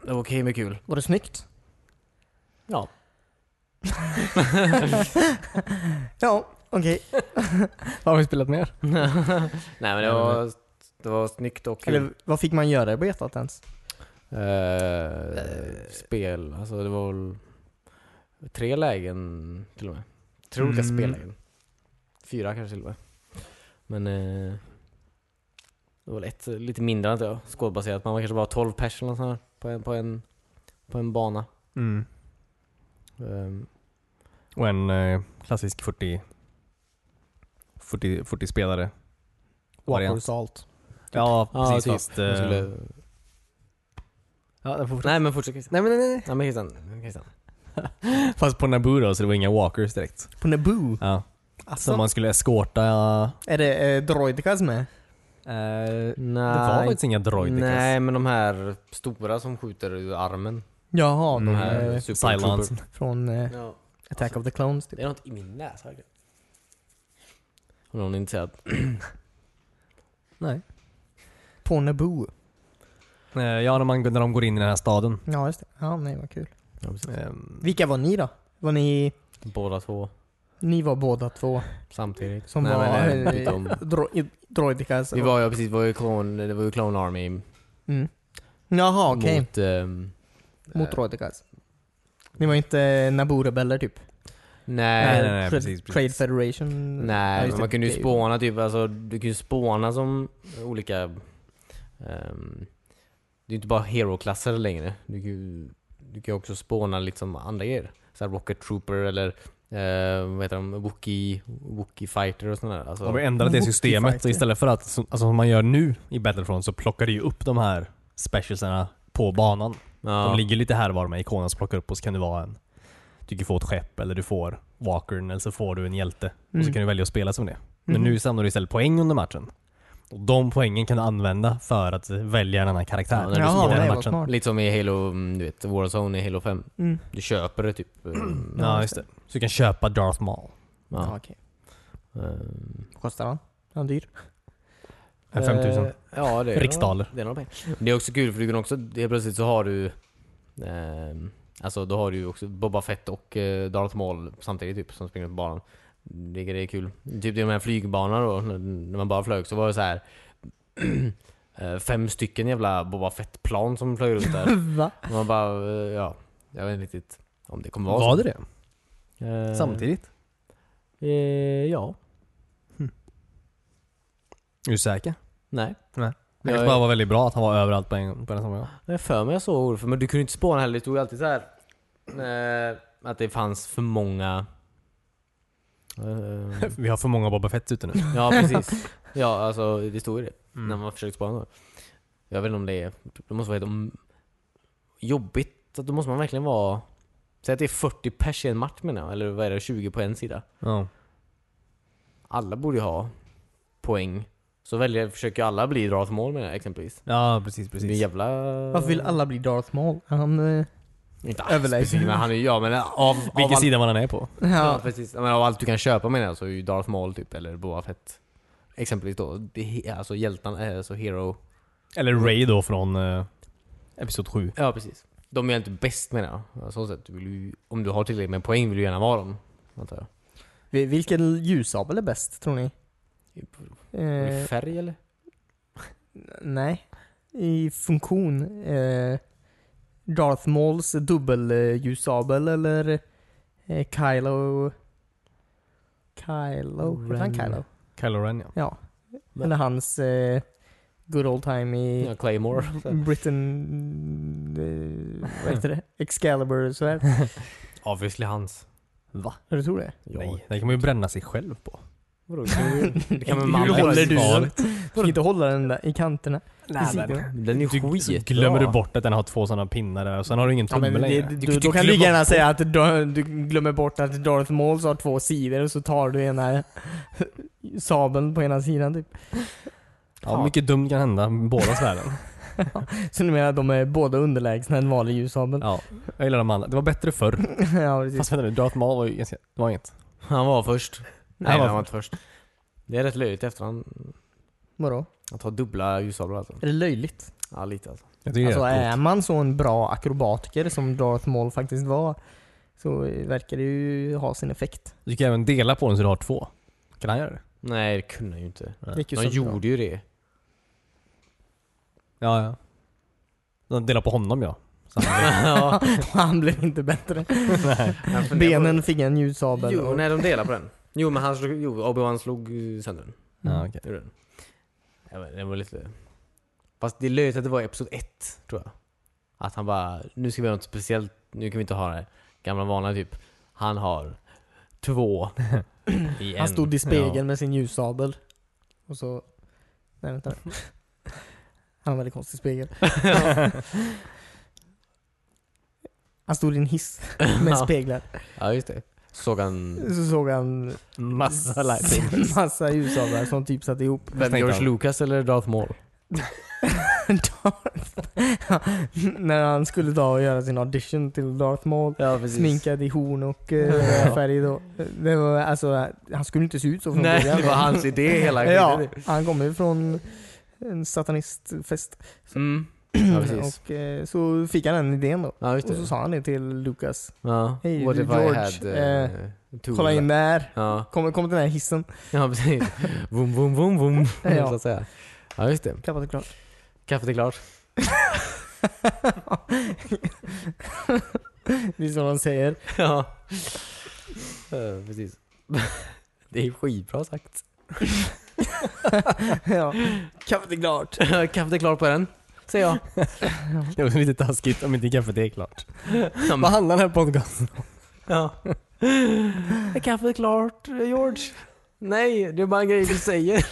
[SPEAKER 1] Det var okej med kul.
[SPEAKER 3] Var det snyggt?
[SPEAKER 1] Ja.
[SPEAKER 3] Ja, okej.
[SPEAKER 2] Vad har vi spelat mer?
[SPEAKER 1] Nej men det var, det var snyggt och kul.
[SPEAKER 3] Eller vad fick man göra i betat ens?
[SPEAKER 1] Eh, spel, alltså det var väl tre lägen till och med. Tre olika
[SPEAKER 2] Mm.
[SPEAKER 1] spellägen. Fyra kanske till och med. Men eh, det var väl ett, eh, lite mindre antar jag, skådbaserat. Man var kanske bara 12 pers eller något sånt här på en, på en, på en bana.
[SPEAKER 2] Mm.
[SPEAKER 1] Ehm,
[SPEAKER 2] Och en eh, klassisk 40... 40, 40 spelare. Variant.
[SPEAKER 3] Walker Salt.
[SPEAKER 2] Ja,
[SPEAKER 1] Ja,
[SPEAKER 2] precis.
[SPEAKER 1] typ.
[SPEAKER 2] Fast,
[SPEAKER 1] man
[SPEAKER 2] eh,
[SPEAKER 1] skulle...
[SPEAKER 2] ja, den får fortsätta.
[SPEAKER 1] Nej men fortsätt Christian. Nej men nej nej. Nej men Christian. Christian.
[SPEAKER 2] fast på Naboo då, så det var inga walkers direkt.
[SPEAKER 3] På Naboo.
[SPEAKER 2] Ja.
[SPEAKER 3] Alltså,
[SPEAKER 2] Som man skulle eskorta...
[SPEAKER 3] Är det eh, droidicas med?
[SPEAKER 2] Eh,
[SPEAKER 1] Nej.
[SPEAKER 2] det var faktiskt inga droidicas.
[SPEAKER 1] Nej men de här stora som skjuter ur armen.
[SPEAKER 3] Jaha,
[SPEAKER 2] Mm.
[SPEAKER 1] De här
[SPEAKER 3] eh,
[SPEAKER 1] super
[SPEAKER 2] Silence.
[SPEAKER 3] från eh,
[SPEAKER 1] Ja.
[SPEAKER 3] Attack of the Clones typ.
[SPEAKER 1] Det är något i min näsa. verkligen. Om någon är intresserad.
[SPEAKER 3] Nej. På Naboo.
[SPEAKER 2] Eh, Ja, när, man, när de går in i den här staden.
[SPEAKER 3] Ja, just det. Ja, nej vad kul.
[SPEAKER 1] Ja, precis.
[SPEAKER 2] Eh,
[SPEAKER 3] Vilka var ni då? Var ni,
[SPEAKER 1] Båda två
[SPEAKER 3] ni var båda två
[SPEAKER 1] samtidigt.
[SPEAKER 3] som
[SPEAKER 1] Nej,
[SPEAKER 3] var
[SPEAKER 1] men, eh,
[SPEAKER 3] eh,
[SPEAKER 1] byta om.
[SPEAKER 3] dro- i- droidika? så-
[SPEAKER 1] Vi var ju precis, vi var ju Clone, det var ju clone Army
[SPEAKER 3] Mm. Jaha, Ah, okej.
[SPEAKER 1] mot... ehm,
[SPEAKER 3] Mot
[SPEAKER 1] eh,
[SPEAKER 3] droidikas. Ni var inte Naboo-rebeller typ?
[SPEAKER 1] Nej,
[SPEAKER 2] nej, nej,
[SPEAKER 3] Trade-
[SPEAKER 2] precis, precis.
[SPEAKER 3] Trade Federation? Ja,
[SPEAKER 1] nej
[SPEAKER 3] just det.
[SPEAKER 1] man kunde ju
[SPEAKER 3] Det är
[SPEAKER 1] spåna typ, alltså du kan ju spåna som olika... ehm, det är ju inte bara hero-klasser längre. Du kan ju du kan ju också spåna liksom andra grejer. Så här Rocket Trooper eller eh, vad heter de? Wookie, Wookie Fighter och sådana där. Alltså,
[SPEAKER 2] De har ändrat det
[SPEAKER 3] Wookie
[SPEAKER 2] systemet
[SPEAKER 3] fighter.
[SPEAKER 2] så istället för att, som, alltså, som man gör nu i Battlefront, så plockar du ju upp de här specialserna på banan.
[SPEAKER 1] ja.
[SPEAKER 2] De ligger lite här var med ikonerna som plockar upp och så kan det vara en... Du kan få ett skepp eller du får walkern eller så får du en hjälte. Och så
[SPEAKER 3] Mm.
[SPEAKER 2] kan du välja att spela som det. Men
[SPEAKER 3] Mhm.
[SPEAKER 2] nu samlar du istället poäng under matchen. Och de poängen kan du använda för att välja en annan karaktär.
[SPEAKER 1] Ja, när
[SPEAKER 2] i
[SPEAKER 1] du
[SPEAKER 3] Jaha,
[SPEAKER 1] spelar
[SPEAKER 2] den
[SPEAKER 3] nej, vad
[SPEAKER 2] matchen.
[SPEAKER 3] smart.
[SPEAKER 1] Lite som i Halo, mm, du vet, Warzone i Halo 5.
[SPEAKER 3] Mm.
[SPEAKER 1] Du köper det typ. ehm,
[SPEAKER 2] Ja, just det. Så du kan köpa Darth Maul.
[SPEAKER 3] Ja,
[SPEAKER 1] ja.
[SPEAKER 3] okej.
[SPEAKER 1] Ehm,
[SPEAKER 3] Kostar han? Är han dyr?
[SPEAKER 2] Eh, 5000.
[SPEAKER 1] Eh, Ja, det är
[SPEAKER 2] Riksdaler.
[SPEAKER 1] Det är, några pengar. det är också kul för du kan också, helt plötsligt så har du ehm, Alltså då har du ju också Boba Fett och eh, Darth Maul samtidigt typ som springer på banan. Det, det är kul. Typ i de här flygbanorna då, när, när man bara flög så var det så här eh, Fem stycken jävla Boba Fett-plan som flög runt där.
[SPEAKER 3] Va?
[SPEAKER 1] Och man bara, eh, ja. Jag vet inte riktigt om det kommer vara
[SPEAKER 2] Var det det?
[SPEAKER 1] så. Eh,
[SPEAKER 2] Samtidigt?
[SPEAKER 1] Eh, ja.
[SPEAKER 2] Är du säker?
[SPEAKER 1] Nej.
[SPEAKER 2] Nej. Det
[SPEAKER 1] Jag,
[SPEAKER 2] kanske bara var väldigt bra att han var överallt på en, på en samma gång.
[SPEAKER 1] Jag har för mig jag såg Olof, men du kunde inte spåna heller. Det stod ju alltid så här eh, att det fanns för många... Eh,
[SPEAKER 2] Vi har för många Boba Fett ute nu.
[SPEAKER 1] ja, precis. Ja, alltså det stod ju det när
[SPEAKER 2] Mm.
[SPEAKER 1] man försökte spåna. då. Jag vet inte om det är... Det måste vara helt om- jobbigt. att Då måste man verkligen vara... Säg att det är 40 pers i en match menar jag, eller vad är det? 20 på en sida.
[SPEAKER 2] Ja.
[SPEAKER 1] Alla borde ju ha poäng. Så väljer, försöker alla bli Darth Maul menar jag exempelvis.
[SPEAKER 2] ja, precis,
[SPEAKER 1] Det är en
[SPEAKER 2] precis.
[SPEAKER 1] jävla...
[SPEAKER 3] Varför vill alla bli Darth Maul? Han... eh,
[SPEAKER 1] Inte
[SPEAKER 3] överlägsen?
[SPEAKER 1] Precis, men han är ju... Ja, men av... av
[SPEAKER 2] Vilken
[SPEAKER 1] alla-
[SPEAKER 2] sida man än är på.
[SPEAKER 1] Ja,
[SPEAKER 3] Ja.
[SPEAKER 1] precis. Men av allt du kan köpa menar jag så är ju Darth Maul typ, eller Boba Fett. Exempelvis då, det, he- alltså hjältan, eh, alltså hero.
[SPEAKER 2] Eller Ray då från uh, Episod 7.
[SPEAKER 1] Ja, precis. De är ju inte bäst menar jag. På så sätt, du vill ju, om du har tillräckligt med poäng vill du gärna vara dem. Antar jag.
[SPEAKER 3] Vi- Vilken ljussabel är bäst tror ni?
[SPEAKER 1] I
[SPEAKER 3] Eh,
[SPEAKER 1] färg eller?
[SPEAKER 3] nej. I funktion. Eh, Darth Mauls dubbelljussabel eller eh, Kylo... Kylo? Heter
[SPEAKER 1] Ren.
[SPEAKER 3] han Kylo?
[SPEAKER 2] Kylo Ren ja.
[SPEAKER 3] Ja.
[SPEAKER 1] Men-
[SPEAKER 3] Eller hans eh, good old time
[SPEAKER 2] eh,
[SPEAKER 3] i
[SPEAKER 1] Ja, Claymore.
[SPEAKER 3] Britain... Eh, vad heter det? Excalibur så här.
[SPEAKER 1] Obviously hans.
[SPEAKER 2] Va?
[SPEAKER 3] Du tror det?
[SPEAKER 1] Ja.
[SPEAKER 2] Nej, det kan man ju bränna sig själv på.
[SPEAKER 1] Vadå? kan du- Det kan man
[SPEAKER 3] Hur
[SPEAKER 1] man-
[SPEAKER 3] håller du
[SPEAKER 1] Val.
[SPEAKER 3] den? Du kan inte hålla den där i kanterna. i sidorna.
[SPEAKER 1] Den är ju
[SPEAKER 2] Du, så
[SPEAKER 1] skitbra.
[SPEAKER 2] glömmer du bort att den har två sådana pinnar där och sen har du ingen
[SPEAKER 3] Ja,
[SPEAKER 2] tumme
[SPEAKER 3] men det,
[SPEAKER 2] längre.
[SPEAKER 3] du,
[SPEAKER 1] Du-
[SPEAKER 3] du,
[SPEAKER 1] du
[SPEAKER 3] kan
[SPEAKER 1] klubbar
[SPEAKER 3] lika gärna
[SPEAKER 1] bort-
[SPEAKER 3] säga att du, du glömmer bort att Darth Maul har två sidor och så tar du ena sabeln på ena sidan typ.
[SPEAKER 2] Ja, mycket dumt kan hända med båda svärden.
[SPEAKER 3] Så du menar att de är båda underlägsna en vanlig ljussabel?
[SPEAKER 2] ja, jag gillar de andra. Det var bättre förr.
[SPEAKER 3] ja, precis.
[SPEAKER 2] Fast vänta nu, Darth Maul var ju ganska... Det var inget.
[SPEAKER 1] Han var först. Nej,
[SPEAKER 2] Han var
[SPEAKER 1] han var inte först. Det är rätt löjligt efter han,
[SPEAKER 3] Vadå?
[SPEAKER 1] att ha dubbla ljussablar alltså.
[SPEAKER 3] Är det löjligt?
[SPEAKER 1] Ja, lite alltså.
[SPEAKER 2] Jag tycker
[SPEAKER 3] alltså
[SPEAKER 2] det är
[SPEAKER 3] är man så en bra akrobatiker som Darth Maul faktiskt var så eh, verkar det ju ha sin effekt.
[SPEAKER 2] Du kan även dela på den så du har två. Kan han göra det?
[SPEAKER 1] Nej, det kunde han ju inte.
[SPEAKER 3] Det gick ju
[SPEAKER 1] De
[SPEAKER 3] så bra.
[SPEAKER 1] gjorde ju det.
[SPEAKER 2] Ja, ja. De delar på honom ja. Så han-
[SPEAKER 1] ja.
[SPEAKER 3] Han blev inte bättre.
[SPEAKER 1] Han funderar på-
[SPEAKER 3] Benen fick en ljussabel.
[SPEAKER 1] Jo,
[SPEAKER 3] och-
[SPEAKER 1] nej de delar på den. Jo men han slog, jo, Obi-Wan slog eh, sönder den.
[SPEAKER 3] Mm.
[SPEAKER 2] ja, okej.
[SPEAKER 1] Gjorde den. Ja, men det var lite... Fast det är löjligt att det var i Episod 1, tror jag. Att han bara, nu ska vi göra något speciellt, nu kan vi inte ha det gamla vanliga typ. Han har två i en.
[SPEAKER 3] Han stod i spegeln
[SPEAKER 2] ja.
[SPEAKER 3] med sin ljussabel. Och så... Nej vänta nu. Han har en väldigt konstig spegel. Han stod i en hiss med
[SPEAKER 1] Ja.
[SPEAKER 3] speglar.
[SPEAKER 1] Ja just det. Såg han...
[SPEAKER 3] Så såg han
[SPEAKER 2] Massa lightning.
[SPEAKER 3] massa ljussablar som typ satt ihop.
[SPEAKER 1] Vem,
[SPEAKER 2] tänkte
[SPEAKER 1] George
[SPEAKER 2] han-
[SPEAKER 1] Lucas eller Darth Maul?
[SPEAKER 3] Darth- När han skulle ta och göra sin audition till Darth Maul.
[SPEAKER 1] Ja precis.
[SPEAKER 3] Sminkad i horn och eh, färg då. Det var, alltså, han skulle inte se ut så från
[SPEAKER 1] Nej,
[SPEAKER 3] början.
[SPEAKER 1] det var hans idé hela
[SPEAKER 3] Ja,
[SPEAKER 1] tiden.
[SPEAKER 3] han kommer ju från en satanistfest.
[SPEAKER 1] Mm. Ja, precis.
[SPEAKER 3] och eh, så fick han den idén då.
[SPEAKER 1] Ja, just
[SPEAKER 3] Och så
[SPEAKER 1] det.
[SPEAKER 3] sa han det till Lucas.
[SPEAKER 1] Ja.
[SPEAKER 3] Hej,
[SPEAKER 1] What
[SPEAKER 3] du,
[SPEAKER 1] if I
[SPEAKER 3] George.
[SPEAKER 1] had
[SPEAKER 3] Eh,
[SPEAKER 1] eh, two
[SPEAKER 3] Kolla in där.
[SPEAKER 1] Ja,
[SPEAKER 3] Kommer kom till den här hissen.
[SPEAKER 1] ja precis. Vum, vum, vum, vum.
[SPEAKER 3] Ja.
[SPEAKER 1] Så att säga. Ja, just det.
[SPEAKER 3] Kapat och klart.
[SPEAKER 1] Kaffet är klart.
[SPEAKER 3] Det är så de säger.
[SPEAKER 1] Ja. Eh, precis. Det är skitbra sagt.
[SPEAKER 3] ja. Kapat och klart.
[SPEAKER 1] Kaffet är klart på den, säger jag.
[SPEAKER 2] Det var lite taskigt om inte kaffet är klart.
[SPEAKER 1] Ja, men-
[SPEAKER 2] Vad handlar den här podcasten
[SPEAKER 1] Ja. Är kaffet klart, George? Nej, det är bara en grej du säger.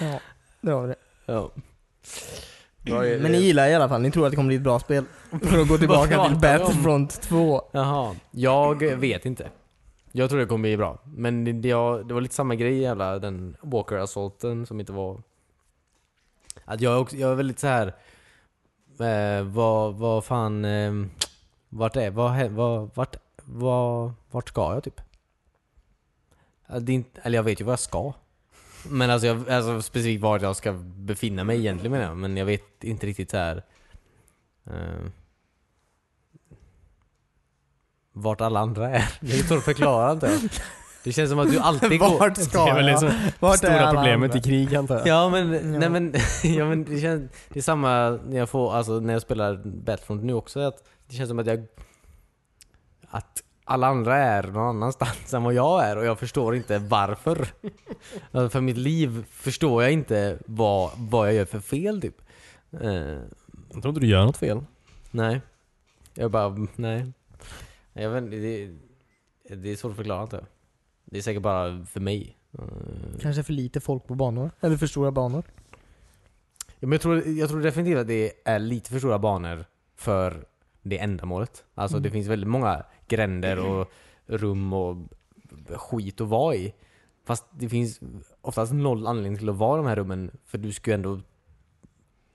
[SPEAKER 3] Ja, det var det.
[SPEAKER 1] Ja.
[SPEAKER 3] Men ni gillar i alla fall, ni tror att det kommer bli ett bra spel. För att gå tillbaka
[SPEAKER 1] pratar
[SPEAKER 3] till
[SPEAKER 1] vi
[SPEAKER 3] Battlefront 2.
[SPEAKER 1] Jaha. Jag vet inte. Jag tror det kommer bli bra. Men det, det- jag, det var lite samma grej jävla den Walker-assaulten som inte var... Att jag, är också, jag är väldigt så här. Eh, vad, vad fan... Eh, vart är... Vad, hä- vad, vart, vad, vart ska jag typ? Att Det är inte, eller jag vet ju vad jag ska. Men alltså, jag, alltså specifikt vart jag ska befinna mig egentligen menar jag. Men jag vet inte riktigt så här. Eh, vart alla andra är. Det är svårt att förklara inte. jag. Det känns som att du alltid går...
[SPEAKER 3] Vart ska
[SPEAKER 2] Det är väl
[SPEAKER 3] jag?
[SPEAKER 2] liksom
[SPEAKER 3] Vart är
[SPEAKER 2] stora
[SPEAKER 3] alla
[SPEAKER 2] problemet
[SPEAKER 3] andra?
[SPEAKER 2] i krig antar jag.
[SPEAKER 1] Ja men, Nej,
[SPEAKER 3] Ja.
[SPEAKER 1] men, ja, men det, känns, det är samma när jag, får, alltså, när jag spelar Battlefront nu också. Att det känns som att jag... Att alla andra är någon annanstans än vad jag är och jag förstår inte varför. alltså, för mitt liv förstår jag inte vad, vad jag gör för fel typ. Eh,
[SPEAKER 2] Jag tror inte du gör något fel.
[SPEAKER 1] nej. Jag bara, mm, nej. Jag vet, inte, det, det är svårt att förklara inte. Det är säkert bara för mig. Eh,
[SPEAKER 3] Kanske för lite folk på banor. Eller för stora banor.
[SPEAKER 1] Ja, men jag, tror, jag tror definitivt att det är lite för stora banor för det ändamålet. Alltså det
[SPEAKER 3] Mm.
[SPEAKER 1] finns väldigt många gränder och rum och skit att vara i. Fast det finns oftast noll anledning till att vara i de här rummen för du ska ju ändå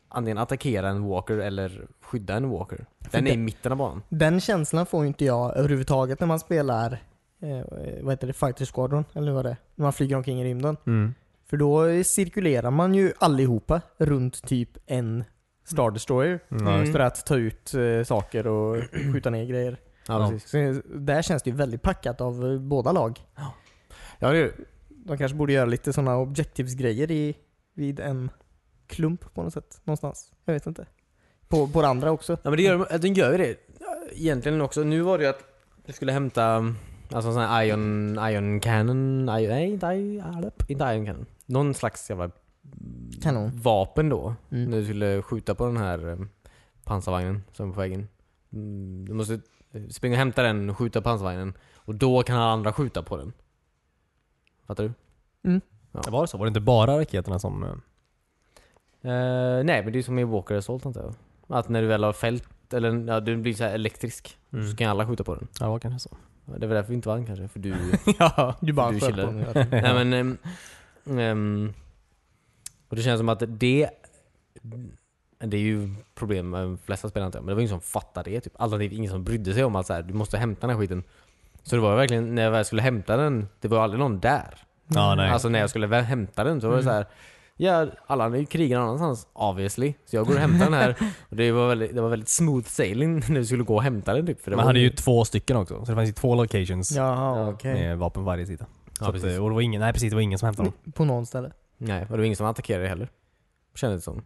[SPEAKER 1] antingen attackera en walker eller skydda en walker. Den är i mitten av banan.
[SPEAKER 3] Den känslan får ju inte jag överhuvudtaget när man spelar eh, vad heter det, Fighter Squadron, eller vad det är. När man flyger omkring i rymden. För då cirkulerar man ju allihopa runt typ en Star Destroyer. Mm.
[SPEAKER 2] Ja, just
[SPEAKER 3] För
[SPEAKER 1] Mm.
[SPEAKER 3] att ta ut eh, saker och skjuta ner grejer.
[SPEAKER 1] Ja, precis.
[SPEAKER 3] Så eh, där känns det ju väldigt packat av eh, båda lag.
[SPEAKER 1] Ja, det är ju-
[SPEAKER 3] De kanske borde göra lite sådana objectives-grejer i, vid en klump på något sätt. Någonstans. Jag vet inte. På, på det andra också.
[SPEAKER 1] Ja men det gör, den gör ju det. Egentligen också. Nu var det ju att du skulle hämta um, alltså en sån här ion, ion cannon, ion, nej inte ion, inte ion cannon. Någon slags jävla
[SPEAKER 3] Kanon.
[SPEAKER 1] vapen då.
[SPEAKER 3] Mm.
[SPEAKER 1] När du skulle skjuta på den här um, pansarvagnen som var på vägen. Mm, Du måste eh, springa och hämta den och skjuta pansarvagnen. Och då kan alla andra skjuta på den. Fattar du?
[SPEAKER 2] Det var det så? Var det inte bara raketerna som... eh,
[SPEAKER 1] Eh, nej men det är som i Walker Assault antar jag. Att när du väl har fält, eller ja, du blir så här elektrisk. Så kan alla skjuta på den.
[SPEAKER 2] Ja, det var kanske så.
[SPEAKER 1] Ja, Det var därför vi inte vann kanske, för du...
[SPEAKER 2] ja.
[SPEAKER 3] Du bara
[SPEAKER 1] Du
[SPEAKER 3] sköt på
[SPEAKER 1] chillar.
[SPEAKER 3] den hela tiden.
[SPEAKER 1] Nej men... ehm, ehm, och det känns som att det... Det är ju problem med de flesta spelare antar jag, men det var ingen som fattade det. Typ. Alternativt ingen som brydde sig om att så här, du måste hämta den här skiten. Så det var ju verkligen, när jag väl skulle hämta den, det var ju aldrig någon där.
[SPEAKER 2] Ja, nej. Mm.
[SPEAKER 1] Alltså när jag skulle väl hämta den så var det så här. Ja, alla andra krigar någon annanstans obviously. Så jag går och hämtar den här. Och det, var väldigt, det var väldigt smooth sailing när vi skulle gå och hämta den typ. För det
[SPEAKER 2] Man
[SPEAKER 1] var
[SPEAKER 2] hade ju två stycken också, så det fanns ju två locations
[SPEAKER 3] Jaha,
[SPEAKER 1] Ja.
[SPEAKER 3] okej.
[SPEAKER 2] med vapen på varje sida.
[SPEAKER 1] Ja,
[SPEAKER 2] så att,
[SPEAKER 1] precis.
[SPEAKER 2] eh, och det var ingen, nej precis, det var ingen som hämtade dem.
[SPEAKER 3] På någon ställe.
[SPEAKER 1] Nej, och det var ingen som attackerade heller. Kändes det som.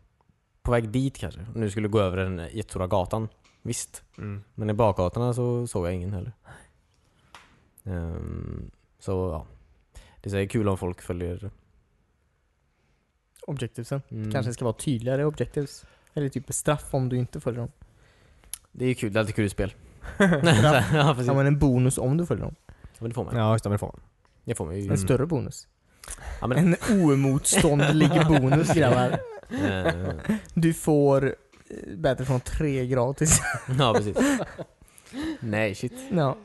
[SPEAKER 1] På väg dit kanske. Om du skulle gå över den jättestora gatan. Visst.
[SPEAKER 2] Mm.
[SPEAKER 1] Men i bakgatorna så såg jag ingen heller. Ehm, så ja. Det är så här kul om folk följer...
[SPEAKER 3] Objectivesen.
[SPEAKER 1] Mm.
[SPEAKER 3] Kanske ska vara tydligare objectives. Eller typ straff om du inte följer dem.
[SPEAKER 1] Det är kul. Det är alltid kul i spel.
[SPEAKER 3] Straff.
[SPEAKER 1] ja, precis.
[SPEAKER 3] Ja men en bonus om du följer dem.
[SPEAKER 1] Men det får man ju.
[SPEAKER 2] Ja, just det, men det får man.
[SPEAKER 1] Det får man ju.
[SPEAKER 3] En större bonus.
[SPEAKER 1] Mm. Ja, men,
[SPEAKER 3] En oemotståndlig bonus grabbar.
[SPEAKER 1] eh,
[SPEAKER 3] Du får eh, Battlefront 3 gratis.
[SPEAKER 1] ja, precis. Nej, shit.
[SPEAKER 3] ja.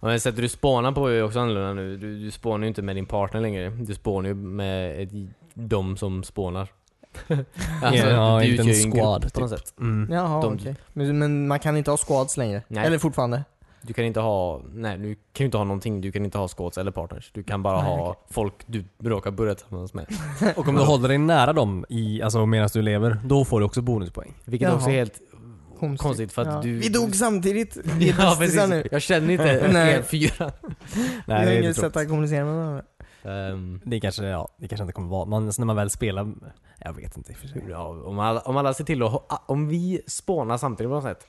[SPEAKER 1] Ja, men sättet du spånar på är ju också annorlunda nu. Du, du spånar ju inte med din partner längre. Du spånar ju med ett, de som spånar. Alltså,
[SPEAKER 2] Ja, ja,
[SPEAKER 1] du
[SPEAKER 2] inte en
[SPEAKER 1] utgör ju en
[SPEAKER 2] squad,
[SPEAKER 3] typ.
[SPEAKER 1] grupp på något sätt.
[SPEAKER 2] Mm.
[SPEAKER 3] Jaha,
[SPEAKER 1] De-
[SPEAKER 3] okej. Men, men man kan inte ha squads längre?
[SPEAKER 1] Nej.
[SPEAKER 3] Eller fortfarande?
[SPEAKER 1] Du kan inte ha, nej du kan ju inte ha någonting, du kan inte ha squats eller partners. Du kan bara
[SPEAKER 3] Nej,
[SPEAKER 1] ha folk du råkar börja tillsammans med.
[SPEAKER 2] Och om du håller dig nära dem i, alltså medan du lever, då får du också bonuspoäng.
[SPEAKER 1] Vilket
[SPEAKER 3] Jaha.
[SPEAKER 1] också är helt konstigt, för att
[SPEAKER 3] Ja.
[SPEAKER 1] du...
[SPEAKER 3] Vi dog samtidigt! Vi är
[SPEAKER 1] Ja,
[SPEAKER 3] bästisar
[SPEAKER 1] precis.
[SPEAKER 3] nu.
[SPEAKER 1] Jag känner inte
[SPEAKER 3] Nej.
[SPEAKER 1] er fyra.
[SPEAKER 3] Vi
[SPEAKER 2] Nej,
[SPEAKER 3] har
[SPEAKER 2] det är
[SPEAKER 3] inget
[SPEAKER 2] lite
[SPEAKER 3] sätt
[SPEAKER 2] tråkigt.
[SPEAKER 3] att kommunicera med varandra.
[SPEAKER 1] Ehm,
[SPEAKER 2] Det kanske, ja, det kanske inte kommer vara, men alltså när man väl spelar, jag vet inte i och för sig.
[SPEAKER 1] ja, om, alla, om alla ser till att, ha- om vi spånar samtidigt på något sätt.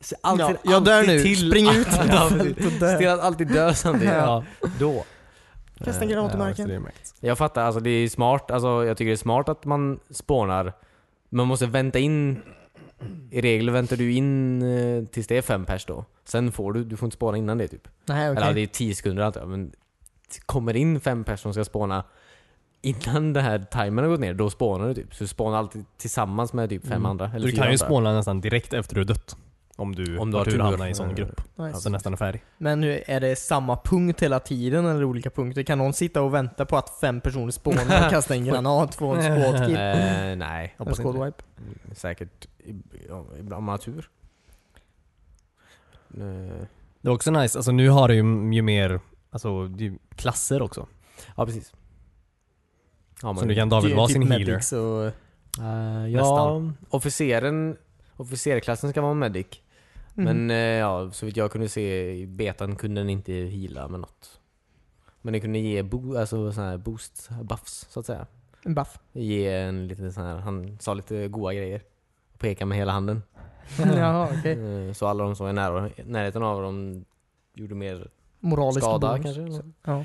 [SPEAKER 1] Se alltid,
[SPEAKER 3] Ja, jag dör
[SPEAKER 1] alltid
[SPEAKER 3] nu.
[SPEAKER 1] till
[SPEAKER 3] Spring ut.
[SPEAKER 1] ja, precis.
[SPEAKER 3] Fält och
[SPEAKER 1] Se
[SPEAKER 3] dö.
[SPEAKER 1] till att alltid dö samtidigt.
[SPEAKER 3] Ja.
[SPEAKER 1] Då.
[SPEAKER 3] Kasta en granat i
[SPEAKER 2] Ja, just
[SPEAKER 3] marken.
[SPEAKER 2] det, det är märkt.
[SPEAKER 1] Jag fattar, alltså det är smart. Alltså, jag tycker det är smart att man spånar. Man måste vänta in... I regel väntar du in eh, tills det är fem pers då. Sen får du, du får inte spåna innan det typ.
[SPEAKER 3] Nej, okej.
[SPEAKER 1] Eller ja, det är 10 sekunder antar jag, men t- kommer in fem personer som ska spåna innan den här timern har gått ner, då spånar du typ. Så du spånar alltid tillsammans med typ fem
[SPEAKER 2] Mm.
[SPEAKER 1] andra. Eller
[SPEAKER 2] Du
[SPEAKER 1] fyra
[SPEAKER 2] kan ju
[SPEAKER 1] andra.
[SPEAKER 2] spåna nästan direkt efter du har dött. Om du,
[SPEAKER 1] Om du har
[SPEAKER 2] tur
[SPEAKER 1] tur.
[SPEAKER 2] att hamna i en sån grupp.
[SPEAKER 3] Nice.
[SPEAKER 1] Alltså,
[SPEAKER 2] Så nästan är färdig.
[SPEAKER 3] Men nu är det samma punkt hela tiden eller olika punkter? Kan någon sitta och vänta på att fem personer spånar och kasta en granat från en squadkill?
[SPEAKER 1] Eh, nej,
[SPEAKER 3] En
[SPEAKER 2] Hoppas inte.
[SPEAKER 3] squadwipe?
[SPEAKER 1] säkert i- om- ibland om man har tur.
[SPEAKER 2] Mm.
[SPEAKER 1] Eh,
[SPEAKER 2] Det är också nice, alltså nu har du ju, ju mer, alltså det är ju klasser också.
[SPEAKER 1] Ja, precis. Ja,
[SPEAKER 2] Som
[SPEAKER 1] man-
[SPEAKER 2] du kan David
[SPEAKER 3] typ
[SPEAKER 2] vara sin healer.
[SPEAKER 3] medics och...
[SPEAKER 1] Eh, ja,
[SPEAKER 2] Nästan.
[SPEAKER 1] officeren, officerklassen ska vara medic.
[SPEAKER 3] Mhm. mm,
[SPEAKER 1] Men eh, ja, så vitt jag kunde se i betan kunde den inte heala med något. Men den kunde ge bo, alltså, sån här boost, buffs så att säga.
[SPEAKER 3] En buff.
[SPEAKER 1] Ge en liten sån här, han sa lite goa grejer. Och pekade med hela handen.
[SPEAKER 3] Jaha, okej.
[SPEAKER 1] Eh, Så alla de som var i nära, närheten av dem gjorde mer
[SPEAKER 3] Moralisk
[SPEAKER 1] skada
[SPEAKER 3] bonus.
[SPEAKER 1] kanske. eller något.
[SPEAKER 3] Ja.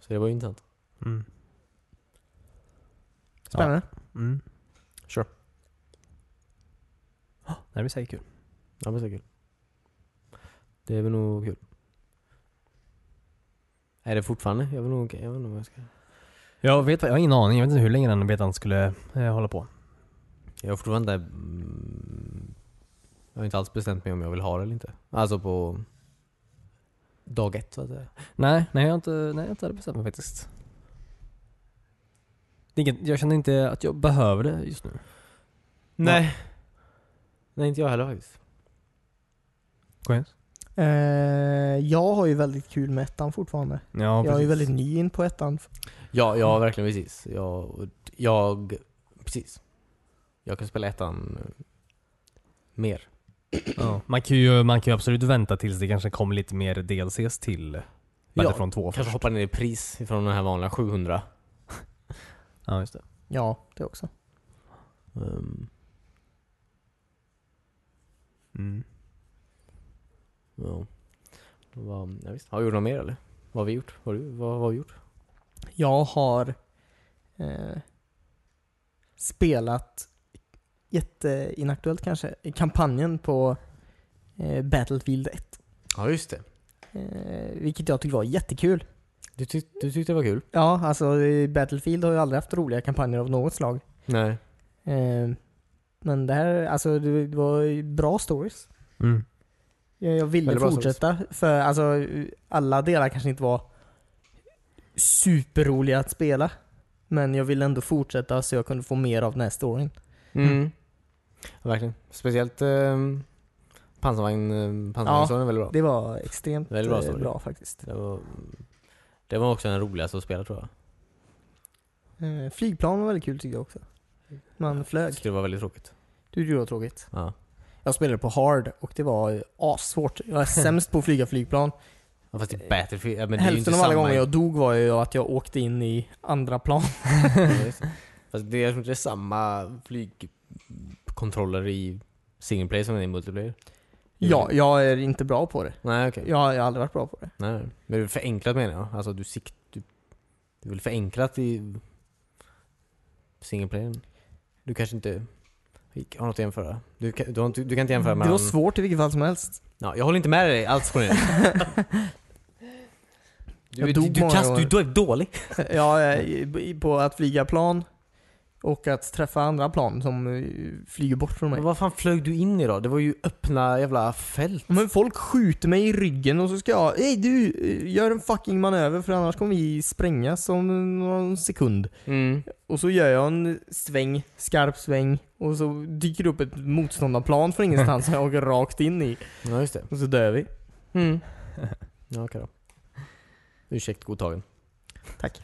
[SPEAKER 1] Så det var ju intressant.
[SPEAKER 2] Mm.
[SPEAKER 3] Spännande.
[SPEAKER 2] Mm.
[SPEAKER 1] Sure.
[SPEAKER 2] Oh, det blir säkert kul.
[SPEAKER 1] Ja men så kul. Det är väl nog kul. Är det fortfarande? Jag vet nog, jag vet nog vad jag ska...
[SPEAKER 2] Jag vet jag har ingen aning, jag vet inte hur länge den betan skulle eh, hålla på.
[SPEAKER 1] Jag har fortfarande inte... mm, Jag har inte alls bestämt mig om jag vill ha det eller inte. Alltså på dag ett så att säga.
[SPEAKER 2] Nej, nej jag har inte, nej, jag har inte bestämt mig faktiskt. Det är inget, jag känner inte att jag behöver det just nu. Nej.
[SPEAKER 1] Nej inte jag heller faktiskt.
[SPEAKER 3] Eh, jag har ju väldigt kul med ettan fortfarande.
[SPEAKER 2] Ja,
[SPEAKER 3] jag är ju väldigt ny in på ettan.
[SPEAKER 1] Ja, ja verkligen precis. Jag, jag... Precis. Jag kan spela ettan eh, mer.
[SPEAKER 2] Ja. Man, kan ju, man kan ju absolut vänta tills det kanske kommer lite mer DLCs till Battlefront 2.
[SPEAKER 1] Kanske hoppa ner i pris ifrån den här vanliga 700.
[SPEAKER 2] Ja, just det.
[SPEAKER 3] Ja, det också.
[SPEAKER 1] Ehm,
[SPEAKER 2] Mm.
[SPEAKER 1] ja. Vad, ja, visst. Har vi gjort något mer eller? Vad har vi gjort? Vad har, du, vad, vad har vi gjort?
[SPEAKER 3] Jag har eh, spelat, jätteinaktuellt kanske, i kampanjen på eh, Battlefield 1.
[SPEAKER 1] Ja just det.
[SPEAKER 3] Eh, vilket jag tyckte var jättekul.
[SPEAKER 1] Du, tyck, du tyckte det var kul?
[SPEAKER 3] Ja, alltså eh, Battlefield har ju aldrig haft roliga kampanjer av något slag.
[SPEAKER 1] Nej.
[SPEAKER 3] Eh, men det här, alltså det det var ju bra stories.
[SPEAKER 2] Mm.
[SPEAKER 3] Jag, jag ville
[SPEAKER 1] Väldigt bra
[SPEAKER 3] fortsätta, för alltså, alla delar kanske inte var superroliga att spela. Men jag ville ändå fortsätta så jag kunde få mer av den här storyn.
[SPEAKER 1] Mm. Ja, verkligen. Speciellt ehm, pansarvagn, eh, pansarvagnshistorien är väldigt bra.
[SPEAKER 3] Det var extremt
[SPEAKER 1] Väldigt bra
[SPEAKER 3] eh,
[SPEAKER 1] story.
[SPEAKER 3] bra faktiskt.
[SPEAKER 1] Det var, det var också den roligaste att spela tror jag.
[SPEAKER 3] Eh, flygplan var väldigt kul tyckte jag också. Man
[SPEAKER 1] Jag
[SPEAKER 3] flög.
[SPEAKER 1] tyckte det var väldigt tråkigt.
[SPEAKER 3] Du gjorde det tråkigt.
[SPEAKER 1] Ja.
[SPEAKER 3] Jag spelade på hard och det var eh, assvårt. Jag är sämst på att flyga flygplan.
[SPEAKER 1] Ja, fast i Battlefield, ja, men det är ju inte
[SPEAKER 3] Hälften av alla
[SPEAKER 1] samma-
[SPEAKER 3] gånger jag dog var ju att jag åkte in i andra plan.
[SPEAKER 1] Ja, just det. Fast det, jag tror inte det är samma flygkontroller i single player som det är i multiplayer.
[SPEAKER 3] Ja, jag är inte bra på det.
[SPEAKER 1] Nej okej.
[SPEAKER 3] Jag, jag har aldrig varit bra på det.
[SPEAKER 1] Nej, men det är väl förenklat menar jag. Alltså du sikt... Du, det är väl förenklat i single player. Du kanske inte har något att jämföra. Du kan, du har inte, du kan inte jämföra
[SPEAKER 3] Det var
[SPEAKER 1] mellan...
[SPEAKER 3] svårt i vilket fall som helst.
[SPEAKER 1] Ja, jag håller inte med dig alls Cornelia. Du,
[SPEAKER 3] Jag
[SPEAKER 1] du,
[SPEAKER 3] dog
[SPEAKER 1] du,
[SPEAKER 3] många
[SPEAKER 1] kast, du,
[SPEAKER 3] gånger. Oh
[SPEAKER 1] du är dålig.
[SPEAKER 3] Ja, eh, i- på att flyga plan. Och att träffa andra plan som eh, flyger bort från mig.
[SPEAKER 1] Men vad fan flög du in i då? Det var ju öppna jävla fält.
[SPEAKER 3] Men folk skjuter mig i ryggen och så ska jag, hej du, eh, gör en fucking manöver för annars kommer vi sprängas om någon sekund.
[SPEAKER 1] Mm.
[SPEAKER 3] Och så gör jag en sväng, skarp sväng och så dyker det upp ett motståndarplan från ingenstans som jag åker rakt in i.
[SPEAKER 1] Ja just det.
[SPEAKER 3] Och så dör vi.
[SPEAKER 1] Mm. Ja, okej då. Ursäkt godtagen.
[SPEAKER 3] Tack.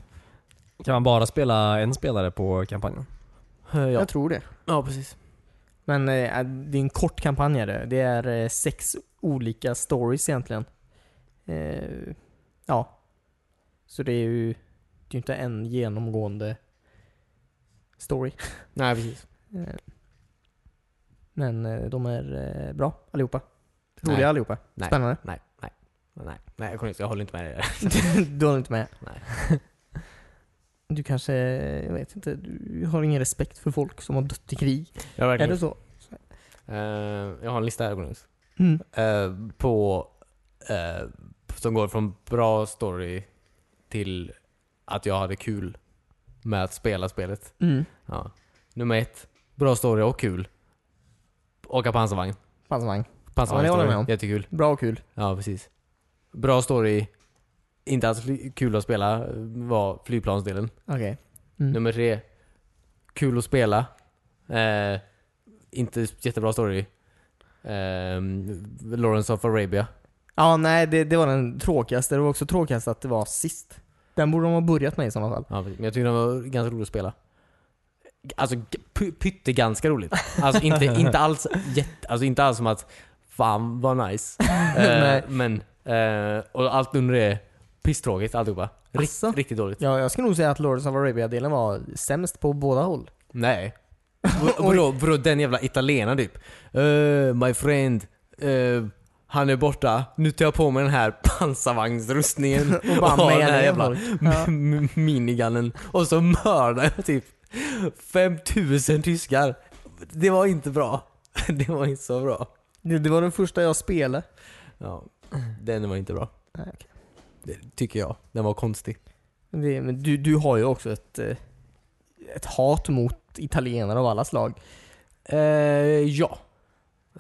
[SPEAKER 2] Kan man bara spela en spelare på kampanjen?
[SPEAKER 1] Eh, Ja,
[SPEAKER 3] Jag tror det.
[SPEAKER 1] ja precis.
[SPEAKER 3] Men eh, det är en kort kampanj är det. Det är eh, sex olika stories egentligen. Eh, ja. Så det är ju det är ju inte en genomgående story.
[SPEAKER 1] Nej precis.
[SPEAKER 3] Eh, men eh, de är eh, bra allihopa. Roliga
[SPEAKER 1] Nej.
[SPEAKER 3] allihopa.
[SPEAKER 1] Nej.
[SPEAKER 3] Spännande.
[SPEAKER 1] Nej, nej. Nej, nej jag, kommer inte, jag håller inte med dig där.
[SPEAKER 3] du håller inte med?
[SPEAKER 1] Nej.
[SPEAKER 3] Du kanske, jag vet inte, du har ingen respekt för folk som har dött i krig.
[SPEAKER 1] Jag, har
[SPEAKER 3] Är
[SPEAKER 1] verkligen-
[SPEAKER 3] det så?
[SPEAKER 1] Eh, jag har en lista här Cornelius.
[SPEAKER 3] Mm.
[SPEAKER 1] Eh, på, eh, som går från bra story till att jag hade kul med att spela spelet.
[SPEAKER 3] Mm.
[SPEAKER 1] Ja. Nummer ett, bra story och kul. Åka pansarvagn.
[SPEAKER 3] Pansarvagn.
[SPEAKER 1] Pansarvagn
[SPEAKER 3] Ja, det håller jag med om.
[SPEAKER 1] jättekul.
[SPEAKER 3] Bra och kul.
[SPEAKER 1] Ja, precis. Bra story, inte alls fly- kul att spela, eh, var flygplansdelen.
[SPEAKER 3] Okej. Mm.
[SPEAKER 1] Nummer tre, kul att spela. Eh, inte jättebra story. Eh, Lawrence of Arabia.
[SPEAKER 3] Ja, nej det, det var den tråkigaste. Det var också tråkigast att det var sist. Den borde de ha börjat med i sådana fall.
[SPEAKER 1] Ja, precis. men jag tyckte den var ganska rolig att spela. Alltså g- py- pytteganska roligt. Alltså inte, inte alls jätte, alltså inte alls som att fan vad nice.
[SPEAKER 3] Nej.
[SPEAKER 1] Eh, men, eh, och allt under det, pisstråkigt alltihopa. Rikt,
[SPEAKER 3] Asså?
[SPEAKER 1] Riktigt dåligt.
[SPEAKER 3] Ja, jag skulle nog säga att Lawrence of Arabia-delen var sämst på båda håll.
[SPEAKER 1] Nej. Vadå, vadå den jävla italienaren typ. Eh, my friend, eh, han är borta, nu tar jag på mig den här pansarvagnsrustningen
[SPEAKER 3] Och bara
[SPEAKER 1] har
[SPEAKER 3] med
[SPEAKER 1] den här
[SPEAKER 3] det
[SPEAKER 1] jävla
[SPEAKER 3] folk. Ja.
[SPEAKER 1] m- m- minigunnen och så mördade jag typ 5000 tyskar. Det var inte bra. Det var inte så bra.
[SPEAKER 3] Det, det var den första jag spelade.
[SPEAKER 1] Ja, den var inte bra.
[SPEAKER 3] Nej, okej.
[SPEAKER 1] Det tycker jag. Den var konstig.
[SPEAKER 3] Det, men du, du har ju också ett, eh, ett hat mot italienare av alla slag.
[SPEAKER 1] Eh, ja.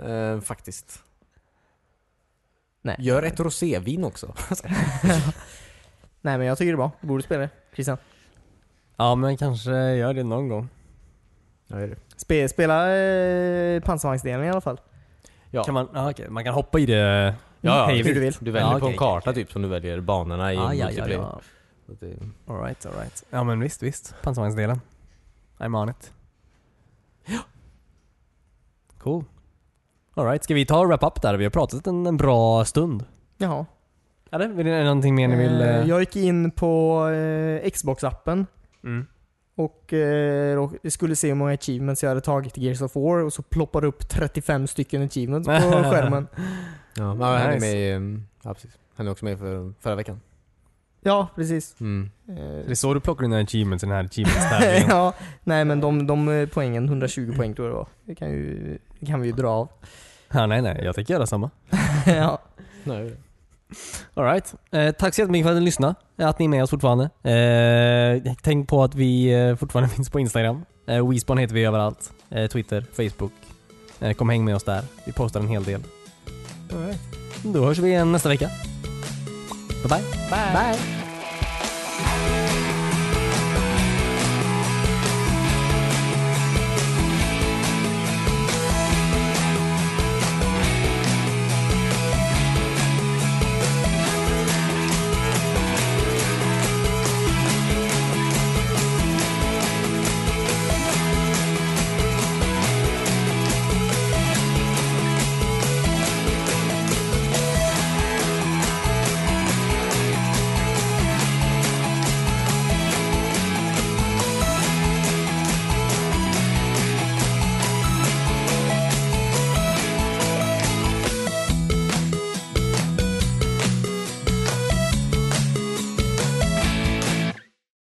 [SPEAKER 1] Eh, faktiskt.
[SPEAKER 3] Nej.
[SPEAKER 1] Gör ett rosévin också.
[SPEAKER 3] Nej men jag tycker det är bra. Du borde spela det. Christian.
[SPEAKER 2] Ja, men kanske gör det någon gång.
[SPEAKER 1] Ja, är det.
[SPEAKER 3] Spe, spela eh, pansarvagnsdelen i alla fall.
[SPEAKER 1] Ja.
[SPEAKER 2] Kan man, ja, okej. man kan hoppa i det
[SPEAKER 1] Ja,
[SPEAKER 2] hej
[SPEAKER 1] ja,
[SPEAKER 3] hur
[SPEAKER 2] vilt.
[SPEAKER 3] du vill.
[SPEAKER 1] Du väljer
[SPEAKER 2] Ja,
[SPEAKER 1] på
[SPEAKER 2] okej,
[SPEAKER 1] en karta typ som du väljer banorna i.
[SPEAKER 2] Ja, ja, ja,
[SPEAKER 1] multiplayer.
[SPEAKER 2] ja.
[SPEAKER 1] Så att det-
[SPEAKER 2] Alright, alright. Ja men visst, visst. Pansarvagnsdelen. I'm on it. Ja. Cool. Alright, ska vi ta och wrap up där? Vi har pratat en, en bra stund.
[SPEAKER 3] Jaha.
[SPEAKER 2] Eller? Är det någonting mer ni vill...
[SPEAKER 3] Eh,
[SPEAKER 2] eh,
[SPEAKER 3] Jag gick in på eh, Xbox-appen
[SPEAKER 2] Mm.
[SPEAKER 3] Och eh, råk- skulle se hur många achievements jag hade tagit i Gears of War och så ploppar det upp 35 stycken achievements på skärmen.
[SPEAKER 1] Ja, men han är
[SPEAKER 2] Nice.
[SPEAKER 1] med i, ehm, ja, precis. Han är också med för, förra veckan.
[SPEAKER 3] Ja, precis.
[SPEAKER 1] Mm.
[SPEAKER 2] Det är
[SPEAKER 3] Eh,
[SPEAKER 2] så du plockar dina achievements i den här achievements
[SPEAKER 3] ja, nej men de, de eh, poängen, 120 poäng tror jag det var. Det kan, ju, det kan vi ju dra av.
[SPEAKER 2] Ja, nej, nej. Jag tänker göra samma.
[SPEAKER 3] ja.
[SPEAKER 1] Nej.
[SPEAKER 2] Alright. Eh, tack så jättemycket för att ni lyssnade. Att ni är med oss fortfarande. Eh, tänk på att vi eh, fortfarande finns på Instagram. Eh, Wespawn heter vi överallt. Eh, Twitter, Facebook. Eh, kom häng med oss där. Vi postar en hel del. Då hörs vi igen nästa vecka. Bye bye.
[SPEAKER 3] Bye.